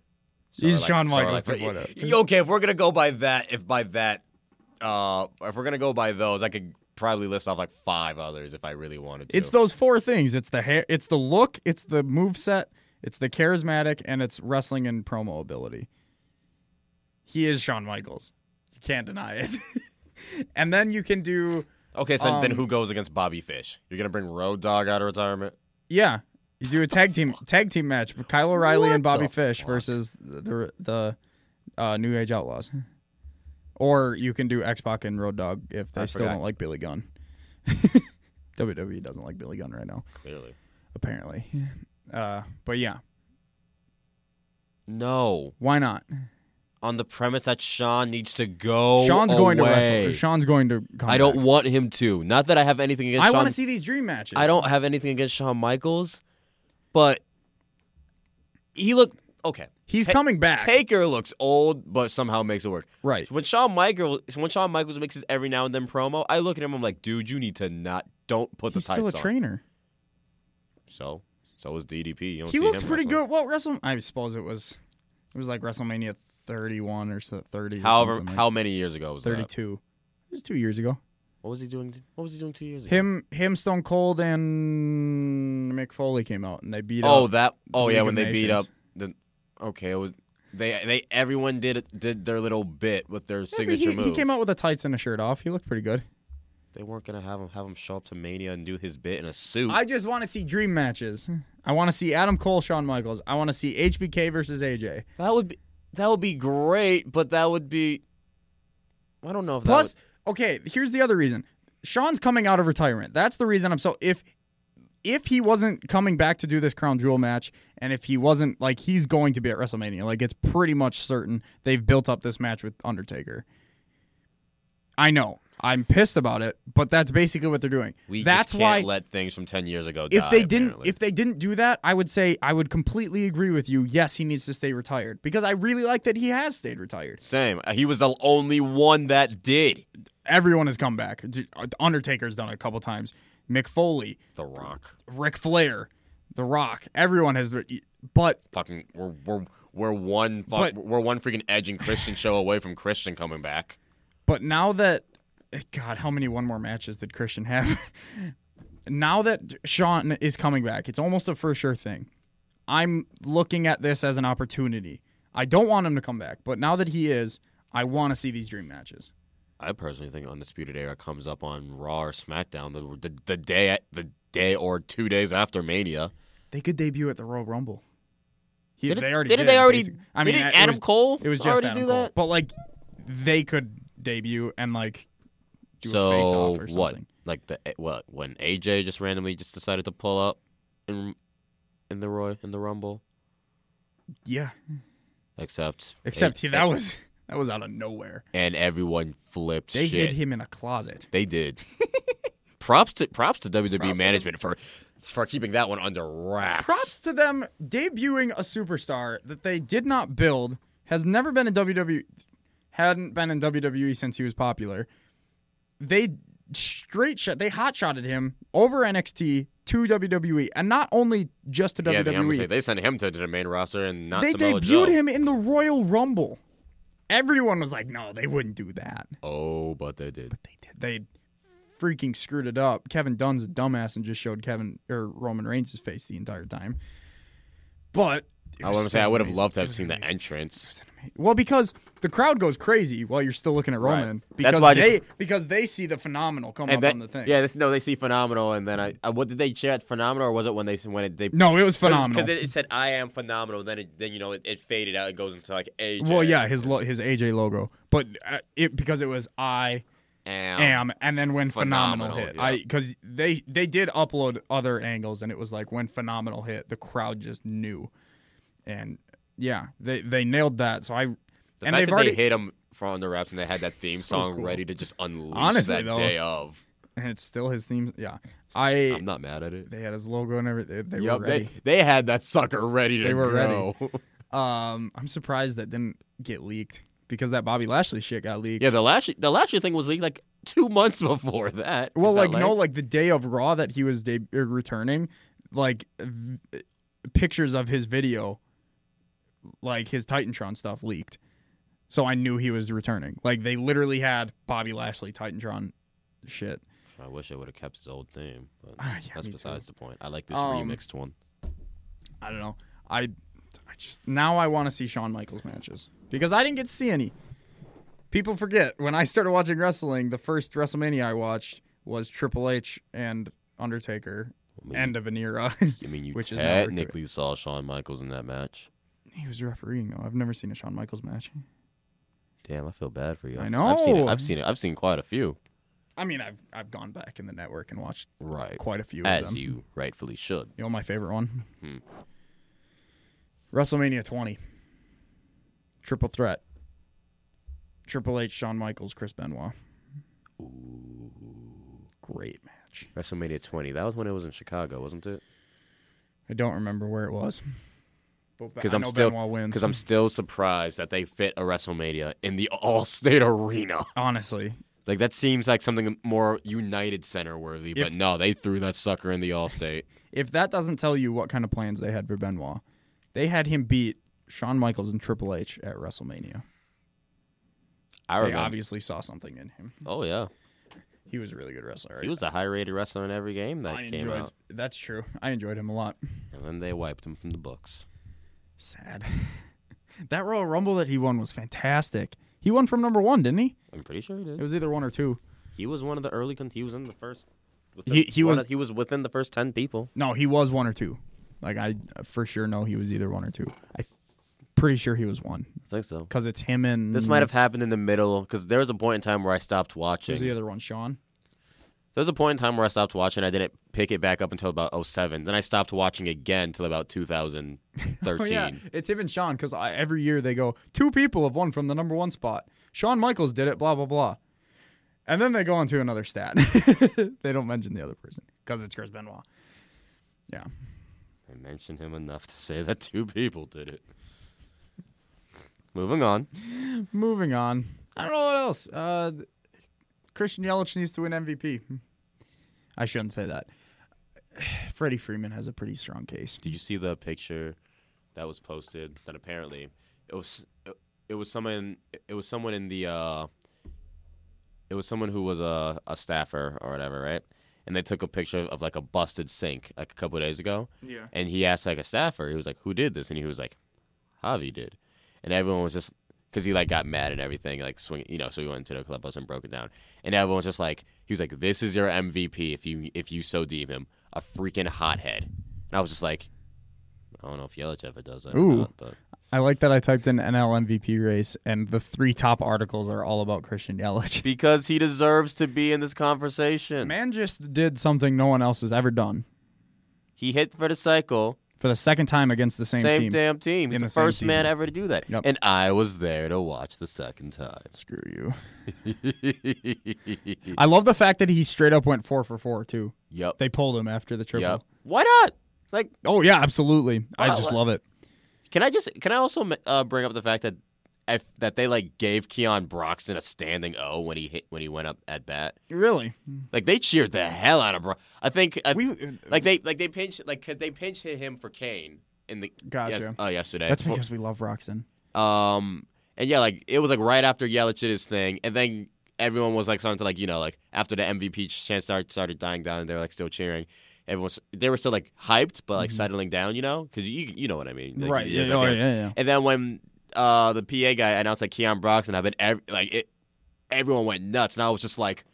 He's we're Shawn so we're Michaels like, 3.0. y- okay, if we're gonna go by that, if by that, uh, if we're gonna go by those, I could probably list off like five others if I really wanted to. It's those four things. It's the hair, it's the look, it's the move set, it's the charismatic, and it's wrestling and promo ability. He is Shawn Michaels. You can't deny it. and then you can do okay. So then um, who goes against Bobby Fish? You're gonna bring Road Dog out of retirement? yeah, you do a tag team tag team match with Kyle O'Reilly What and Bobby the Fish fuck? versus the the uh, New Age Outlaws. Or you can do X Pac and Road Dog if they I still forgot. don't like Billy Gunn. WWE doesn't like Billy Gunn right now, Clearly, apparently. Uh, but yeah, no. why not? on the premise that Sean needs to go. Sean's going to wrestle. away. Sean's going to. Come I don't back. want him to. Not that I have anything against. I Shawn. want to see these dream matches. I don't have anything against Shawn Michaels, but he looked okay. He's Ta- coming back. Taker looks old, but somehow makes it work. Right. When Shawn Michaels, when Shawn Michaels makes his every now and then promo, I look at him. I'm like, dude, you need to not. Don't put He's the still tights a trainer. on. So, so is DDP. You don't He see looked him pretty wrestling. good. Well, Wrestle. I suppose it was. It was like WrestleMania 31 or so- 30. or However, something like how many years ago was that? 32. It was two years ago. What was he doing? What was he doing two years ago? Him, him, Stone Cold, and Mick Foley came out and they beat oh, up. that. Oh League yeah, of when they beat up Nations. the. Okay, it was. They they everyone did did their little bit with their Yeah, but signature he, move. he came out with the tights and a shirt off. He looked pretty good. They weren't gonna have him have him show up to Mania and do his bit in a suit. I just want to see dream matches. I want to see Adam Cole, Shawn Michaels. I want to see HBK versus AJ. that would be that would be great, but that would be. I don't know if Plus, okay, here's the other reason. Sean's coming out of retirement. That's the reason I'm so if if he wasn't coming back to do this crown jewel match and if he wasn't like he's going to be at WrestleMania, like it's pretty much certain they've built up this match with Undertaker. I know. I'm pissed about it, but that's basically what they're doing. That would, we that's just why can't let things from ten years ago. if die, they didn't apparently. if they didn't do that, I would say I would completely agree with you. Yes, he needs to stay retired because I really like that he has stayed retired. same, Uh, he was the only one that did. Everyone has come back. uh, Undertaker's done it a couple times. Mick Foley, The Rock, Ric Flair, The Rock. Everyone has, but fucking, we're we're we're one But- fuck, we're one freaking Edge and Christian show away from Christian coming back. but now that eh, God, how many one more matches did Christian have? now that Sean is coming back, it's almost a for sure thing. I'm looking at this as an opportunity. I don't want him to come back, but now that he is, I want to see these dream matches. I personally think Undisputed Era comes up on Raw or SmackDown the the, the day the day or two days after Mania. They could debut at the Royal Rumble. He, Didn't- they already didn't did, they already- basically. I mean, didn't it Adam was- Cole It was just already Adam do Cole. that? But like, they could debut and like do so a face off or something. what? Like the eh, what when AJ just randomly just decided to pull up in in the Roy in the Rumble, Yeah, except except and, he, that was that was out of nowhere. and everyone flipped They shit. hid him in a closet. They did. props to props to WWE E. management for for keeping that one under wraps. Props to them debuting a superstar that they did not build. Has never been in WWE. Hadn't been in WWE since he was popular. They straight shot. They hot shotted him over NXT to WWE, and not only just to E, yeah, I'm gonna WWE. say they sent him to the main roster and not they Samoa debuted Joe. him in the Royal Rumble. Everyone was like, "No, they wouldn't do that." Oh, but they did. They did. They freaking screwed it up. Kevin Dunn's a dumbass and just showed Kevin or Roman Reigns' face the entire time. But it I was want to say still I would have amazing. loved to It have was seen the amazing. entrance. Well, because the crowd goes crazy while you're still looking at Right. Roman That's because why I just- they because they see the phenomenal come up on the thing. yeah, this, no, they see phenomenal, and then I, I, what did they chant phenomenal, or was it when they when it, they No, it was phenomenal. Because it, it said I am phenomenal, then it then you know it, it faded out, it goes into like AJ. well, yeah, his lo- his AJ logo, but uh, it because it was I am. am and then when phenomenal, Oh, Phenomenal, hit yeah. i because they they did upload other angles and it was like when phenomenal hit the crowd just knew and yeah they they nailed that so i The and fact they've that already they hit him from the reps, and they had that theme So song cool. ready to just unleash Honestly, that though, day of. and it's still his theme yeah i I'm not mad at it. they had his logo and everything they, they Yup, were ready they they had that sucker ready to They were ready. go. um i'm surprised that didn't get leaked because that bobby lashley shit got leaked yeah, the Lashley the Lashley thing was leaked like two months before that. Well, Is that like, no, like the day of Raw that he was de- er, returning, like v- pictures of his video, like his Titantron stuff leaked. So I knew he was returning. Like they literally had Bobby Lashley Titantron shit. I wish I would have kept his old name, but Ah, yeah, that's me too. besides the point. I like this Um, remixed one. I don't know. I, I just now I want to see Shawn Michaels matches because I didn't get to see any. People forget when I started watching wrestling, the first WrestleMania I watched was Triple H and Undertaker, mean, end of an era. I mean, you which is not recur- technically saw Shawn Michaels in that match. He was refereeing though. I've never seen a Shawn Michaels match. Damn, I feel bad for you. I I've- I've seen it. know. I've seen it. I've seen quite a few. I mean, I've I've gone back in the network and watched Right. quite a few of As them. you Hmm. rightfully should. You know, my favorite one. WrestleMania 20, Triple Threat, Triple H, Shawn Michaels, Chris Benoit. Great match. WrestleMania 20. That was when it was in Chicago, wasn't it? I don't remember where it was. Because I I'm know still Benoit wins. because I'm still surprised that they fit a WrestleMania in the Allstate Arena. honestly, Like that seems like something more United Center worthy, If- but no, they threw that sucker in the Allstate. if that doesn't tell you what kind of plans they had for Benoit, they had him beat Shawn Michaels and Triple H at WrestleMania. I They remember. obviously saw something in him. Oh yeah, He was a really good wrestler. he was a high-rated wrestler in every game that I came enjoyed. out, That's true. I enjoyed him a lot. and then they wiped him from the books. Sad. that Royal Rumble that he won was fantastic. He won from number one, didn't he? I'm pretty sure he did. It was either one or two. He was one of the early. Con- he was in the first. Within, He- he one was- of- he was within the first ten people. No, he was one or two. Like I uh, for sure know he was either one or two. I pretty sure he was one I think so. because it's him and This might have happened in the middle because there was a point in time where I stopped watching. Who's the other one? Sean. There was a point in time where I stopped watching. I didn't pick it back up until about 07. Then I stopped watching again until about 2013. Oh yeah, it's him and Sean because every year they go two people have won from the number one spot. Shawn Michaels did it. Blah blah blah. And then they go on to another stat. they don't mention the other person because it's Chris Benoit. Yeah. I mentioned him enough to say that two people did it. Moving on. Moving on. I don't know what else. Uh, Christian Yelich needs to win MVP. I shouldn't say that. Freddie Freeman has a pretty strong case. Did you see the picture that was posted? That apparently it was it was someone it was someone in the uh, it was someone who was a a staffer or whatever, right? And they took a picture of like a busted sink like a couple of days ago. Yeah. And he asked like a staffer, he was like, "Who did this?" And he was like, "Javi did." And everyone was just because he like got mad and everything, like swing, you know. So he went into the clubhouse and broke it down. And everyone was just like, he was like, "This is your MVP if you if you so deem him a freaking hothead." And I was just like, I don't know if Yelich ever does that. Ooh. Or not, but I like that I typed in NL MVP race, and the three top articles are all about Christian Yelich. because he deserves to be in this conversation. Man just did something no one else has ever done He hit for the cycle, for the second time against the same, same team. damn team. He's In the, the same first man season. ever to do that. Yep. And I was there to watch the second time. Screw you. I love the fact that he straight up went four for four too. Yep. They pulled him after the triple. Yep. Why not? Like, Oh yeah, absolutely. I Wow, just what- love it. can I just can I also uh, bring up the fact that if, that they like gave Keon Broxton a standing O when he hit when he went up at bat? Really? Like they cheered the hell out of Bro. I think I, We uh, like they like they pinch like 'cause they pinch hit him for Kane in the Gotcha. yes- uh, yesterday. That's For- because we love Roxon. Um, and yeah, like it was like right after Yelich did his thing, and then everyone was like starting to like you know like after the MVP chance start, started dying down, they were like still cheering. Everyone's they were still like hyped, but like settling down, you know, because you you know what I mean, Like, Mm-hmm. Right, there's, yeah, like, oh, a- yeah, yeah. And then when uh the PA guy announced like Keon Broxton, I've been ev- like it, everyone went nuts, and I was just like.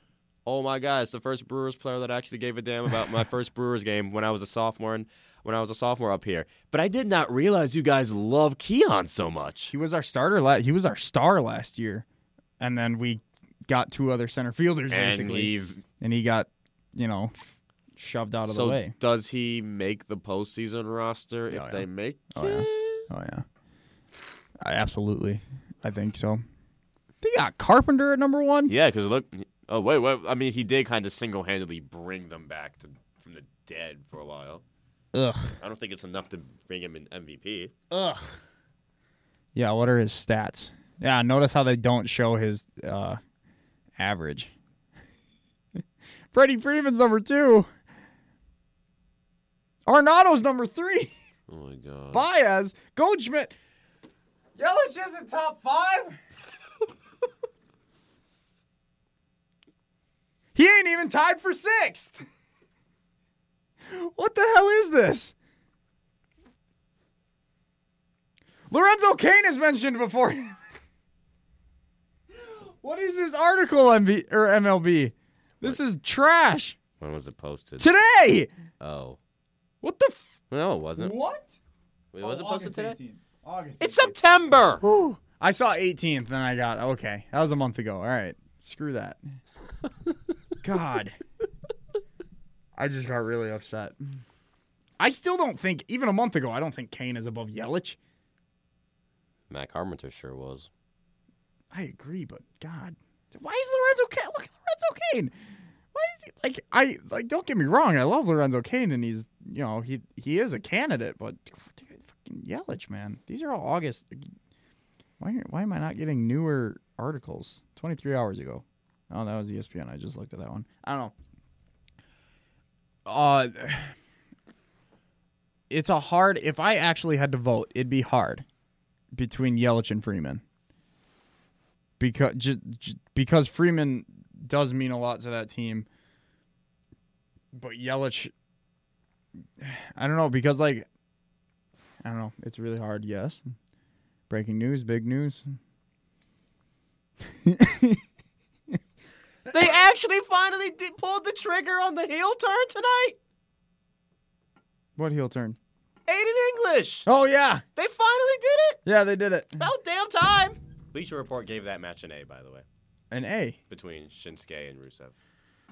Oh my God! It's the first Brewers player that actually gave a damn about my first Brewers game when I was a sophomore and when I was a sophomore up here. But I did not realize you guys love Keon so much. He was our starter. La- he was our star last year, and then we got two other center fielders and basically, he's and he got you know shoved out of so the way. does he make the postseason roster if Oh, yeah. they make yeah. it? Oh yeah, I, absolutely. I think so. They got Carpenter at number one. Yeah, because look, oh wait, wait, I mean he did kind of single handedly bring them back to, from the dead for a while. Ugh. I don't think it's enough to bring him in MVP. Ugh. Yeah. What are his stats? Yeah. Notice how they don't show his uh, average. Freddie Freeman's number two. Arnado's number three. Oh my god. Baez, Goldschmidt. Yelich isn't top five. he ain't even tied for sixth. What the hell is this? Lorenzo Kane is mentioned before. him. what is this article, MB, or MLB? This is trash. When was it posted? Today. Oh. What the? F- No, it wasn't. what? Oh, Wait, was it posted today? August. It's September. Whew. I saw 18th, and I got okay. That was a month ago. All right, screw that. God, I just got really upset. I still don't think, even a month ago, I don't think Kane is above Yelich. Matt Carpenter sure was. I agree, but God, why is Lorenzo Kane? Look at Lorenzo Kane. Why is he like? I like. Don't get me wrong. I love Lorenzo Kane, and he's you know he he is a candidate, but dude, fucking Yelich, man. These are all August. Why why am I not getting newer articles? Twenty three hours ago. Oh, that was ESPN. I just looked at that one. I don't know. Uh, it's a hard. If I actually had to vote, it'd be hard between Yelich and Freeman because j- j- because Freeman does mean a lot to that team, but Yelich, I don't know because like I don't know, it's really hard. Yes, breaking news, big news. They actually finally did, pulled the trigger on the heel turn tonight. What heel turn? Aiden English. Oh yeah, They finally did it. yeah, they did it. About damn time. Bleacher Report gave that match an A, by the way, An A. between Shinsuke and Rusev.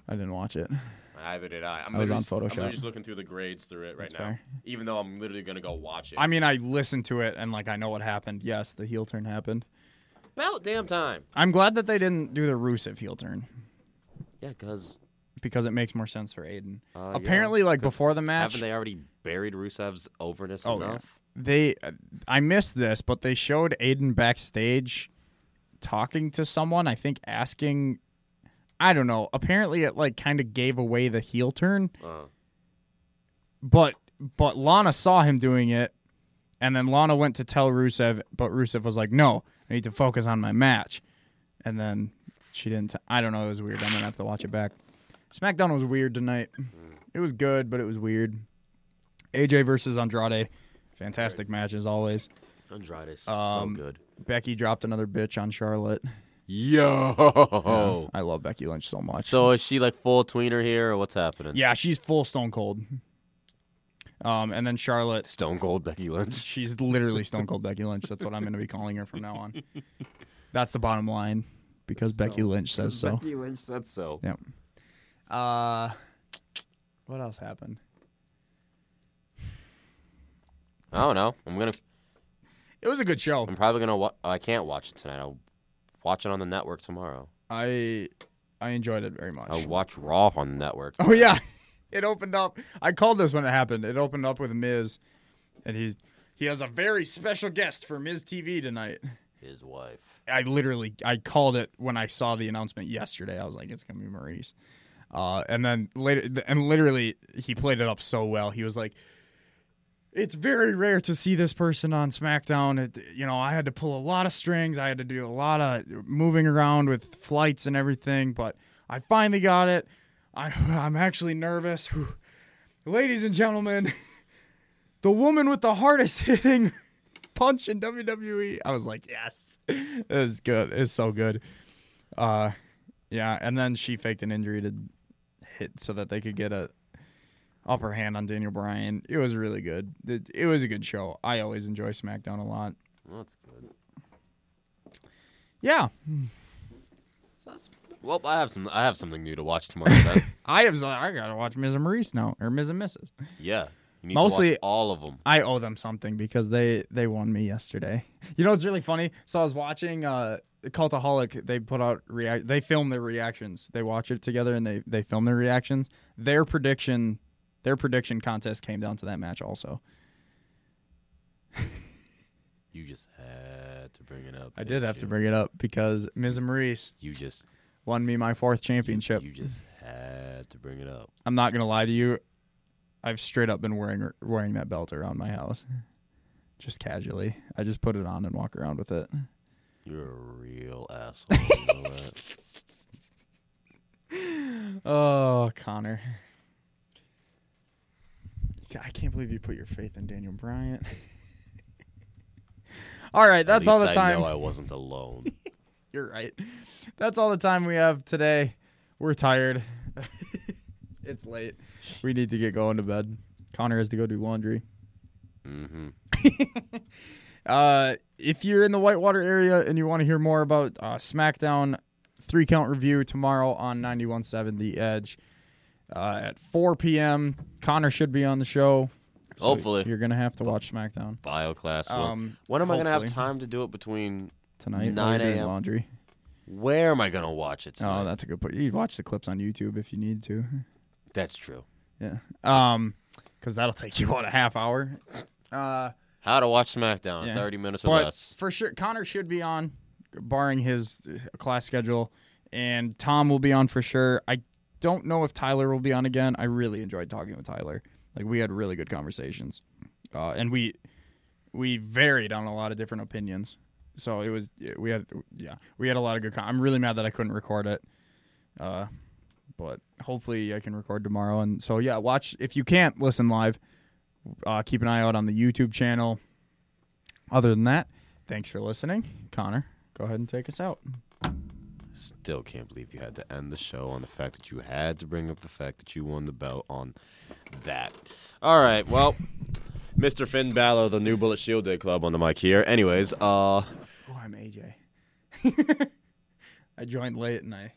I didn't watch it. Neither did I. I'm I was literally on just- I'm literally Photoshop. just looking through the grades through it right That's now. fair. Even though I'm literally gonna go watch it. I mean, I listened to it and like I know what happened. Yes, the heel turn happened. About damn time. I'm glad that they didn't do the Rusev heel turn Yeah, because because it makes more sense for Aiden. Uh, yeah. Apparently, like before the match, haven't they already buried Rusev's overness Oh, yeah. enough? they I missed this, but they showed Aiden backstage talking to someone, I think asking I don't know. Apparently it like kind of gave away the heel turn, Uh, but but Lana saw him doing it and then Lana went to tell Rusev, but Rusev was like, "No, I need to focus on my match." And then she didn't I I don't know, it was weird. I'm going to have to watch it back. SmackDown was weird tonight. It was good, but it was weird. AJ versus Andrade. Fantastic match as always. Andrade is Um, so good. Becky dropped another bitch on Charlotte. Yo. I love Becky Lynch so much. So is she like full tweener here, or what's happening? yeah, she's full Stone Cold. Um, and then Charlotte, Stone Cold Becky Lynch. she's literally Stone Cold Becky Lynch. That's what I'm going to be calling her from now on. That's the bottom line because Becky Lynch says so. Becky Lynch. That's so. Yep. Uh, what else happened? I don't know. I'm gonna. It was a good show. I'm probably gonna. Wa- I can't watch it tonight. I'll watch it on the network tomorrow. I I enjoyed it very much. I'll watch Raw on the network. Oh yeah, it opened up. I called this when it happened. It opened up with Miz, and he he has a very special guest for Miz TV tonight. His wife. I literally I called it when I saw the announcement yesterday. I was like, it's gonna be Maurice. Uh, and then later, and literally, he played it up so well. He was like, "It's very rare to see this person on SmackDown. It, you know, I had to pull a lot of strings. I had to do a lot of moving around with flights and everything, but I finally got it. I, I'm actually nervous, Whew. ladies and gentlemen. The woman with the hardest hitting punch in WWE. I was like, yes, it's good. It's so good. Uh, yeah. And then she faked an injury to hit so that they could get a upper hand on Daniel Bryan. It was really good. It, it was a good show. I always enjoy SmackDown a lot. That's good. Yeah, Well, I have some. I have something new to watch tomorrow. Then. I have. I gotta watch Ms. and Maurice now, or Ms. and Mrs. yeah. You need to Mostly- watch all of them. I owe them something because they they won me yesterday. You know what's really funny? So I was watching uh Cultaholic. They put out react. They film their reactions. They watch it together and they they film their reactions. Their prediction, their prediction contest came down to that match also. You just had to bring it up. I did didn't have to you? bring it up because Ms. Maurice You just won me my fourth championship. You just had to bring it up. I'm not gonna lie to you. I've straight up been wearing wearing that belt around my house, just casually. I just put it on and walk around with it. You're a real asshole. you know that. Oh, Connor. God, I can't believe you put your faith in Daniel Bryant. all right, that's At all the least I time. know I wasn't alone. You're right. That's all the time we have today. We're tired. it's late. We need to get going to bed. Connor has to go do laundry. hmm Uh, if you're in the Whitewater area and you want to hear more about uh, SmackDown three count review tomorrow on 91.7 The Edge uh, at 4 p.m. Connor should be on the show. Hopefully. you're gonna have to watch SmackDown. Bio class. Well, Um, when am I gonna have hopefully. time to do it between tonight. while 9 you're doing a.m.. Laundry. Where am I gonna watch it? Tonight? Oh, that's a good point. You can watch the clips on YouTube if you need to. that's true. Yeah. Um, because that'll take you about a half hour. Uh, How to watch SmackDown? Yeah. Thirty minutes or but less. for sure, Connor should be on, barring his uh, class schedule, and Tom will be on for sure. I don't know if Tyler will be on again. I really enjoyed talking with Tyler. Like we had really good conversations, uh, and we we varied on a lot of different opinions. So it was we had yeah we had a lot of good. Con- I'm really mad that I couldn't record it, uh, but hopefully I can record tomorrow. And so yeah, watch if you can't listen live, uh, keep an eye out on the YouTube channel. Other than that, thanks for listening, Connor. Go ahead and take us out. Still can't believe you had to end the show on the fact that you had to bring up the fact that you won the belt on that. All right, well, Mr. Finn Balor, the new Bullet Shield Day Club on the mic here. Anyways, uh, Oh, I'm AJ. I joined late and I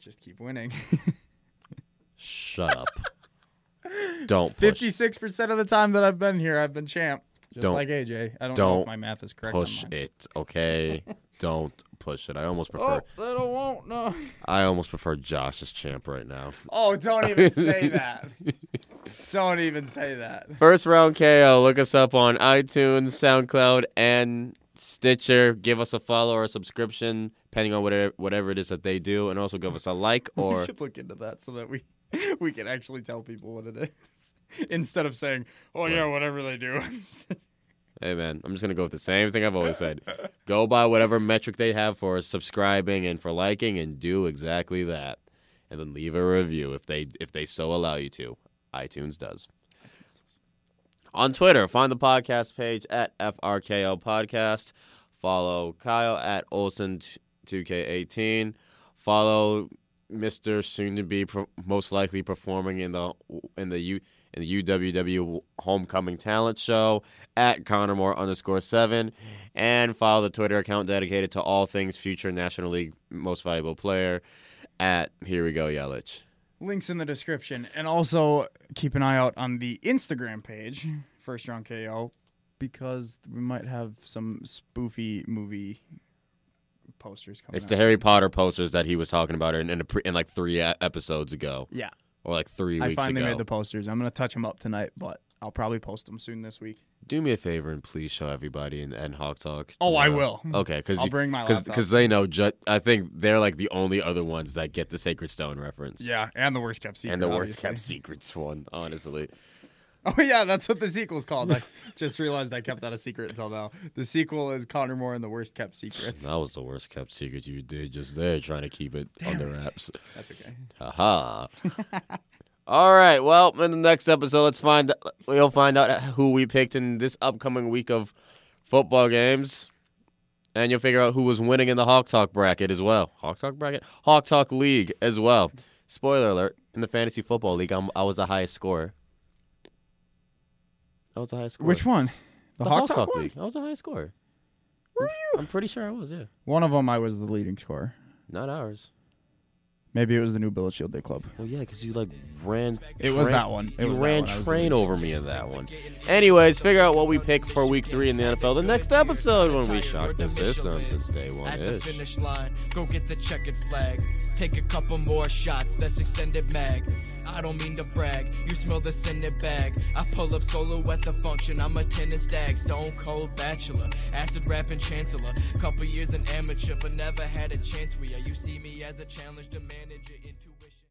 just keep winning. shut up. Don't push. Fifty-six percent of the time that I've been here, I've been champ. Just Don't- like AJ. I don't, know don't if my math is correct. push on mine. it, okay? Don't push it. I almost Oh, prefer they don't won't no. I almost prefer Josh as champ right now. Oh, don't even say that. don't even say that. First round KO. Look us up on iTunes, SoundCloud, and Stitcher. Give us a follow or a subscription, depending on whatever whatever it is that they do, and also give us a like we or should look into that so that we we can actually tell people what it is instead of saying, "Oh yeah, whatever they do." hey man, I'm just gonna go with the same thing I've always said. Go by whatever metric they have for subscribing and for liking, and do exactly that, and then leave a review if they if they so allow you to. iTunes does. On Twitter, find the podcast page at FRKL Podcast. Follow Kyle at Olson2K18. Follow Mr. Soon to be pro- most likely performing in the in the U in the UWW Homecoming Talent Show at Connormore underscore seven, and follow the Twitter account dedicated to all things future National League Most Valuable Player at Here We Go Yelich. Links in the description. And also keep an eye out on the Instagram page, First Round KO, because we might have some spoofy movie posters coming It's out. the Harry Potter posters that he was talking about in in, a pre, in like three e- episodes ago, yeah, or like three I weeks finally ago. made the posters. I'm going to touch them up tonight, but I'll probably post them soon this week. Do me a favor and please show everybody in End Hawk Talk. Oh, I tomorrow. will. Okay, because I'll bring my laptop. because they know. Ju- I think they're like the only other ones that get the Sacred Stone reference. Yeah, and the worst kept secret. and the worst obviously. kept secrets one, honestly. Oh yeah, that's what the sequel's called. I just realized I kept that a secret until now. The sequel is Connor Moore and the worst kept secrets. That was the worst kept secret you did just there, trying to keep it under wraps. That's okay. Haha. All right. Well, in the next episode, let's find we'll find out who we picked in this upcoming week of football games, and you'll figure out who was winning in the Hawk Talk bracket as well. Hawk Talk bracket, Hawk Talk league as well. Spoiler alert: in the fantasy football league, I'm, I was the highest scorer. I was the highest scorer. Which one? The, Hawk, Talk, league. I was the highest scorer. Were you? I'm pretty sure I was. Yeah. One of them I was the leading scorer. Not ours. Maybe it was the new Bullet Shield Day Club. Well, yeah, because you like ran. It was train- that one. It you was that ran one. I was train over me in that one. Anyways, figure out what we pick for week three in the NFL. The next episode when we shock the system since day one At the is. finish line, go get the checkered flag. Take a couple more shots, that's extended mag. I don't mean to brag, you smell this in the bag. I pull up solo at the function, I'm a tennis stag. Stone cold bachelor, acid rapping chancellor. Couple years an amateur, but never had a chance where you see me as a challenge to manage your intuition.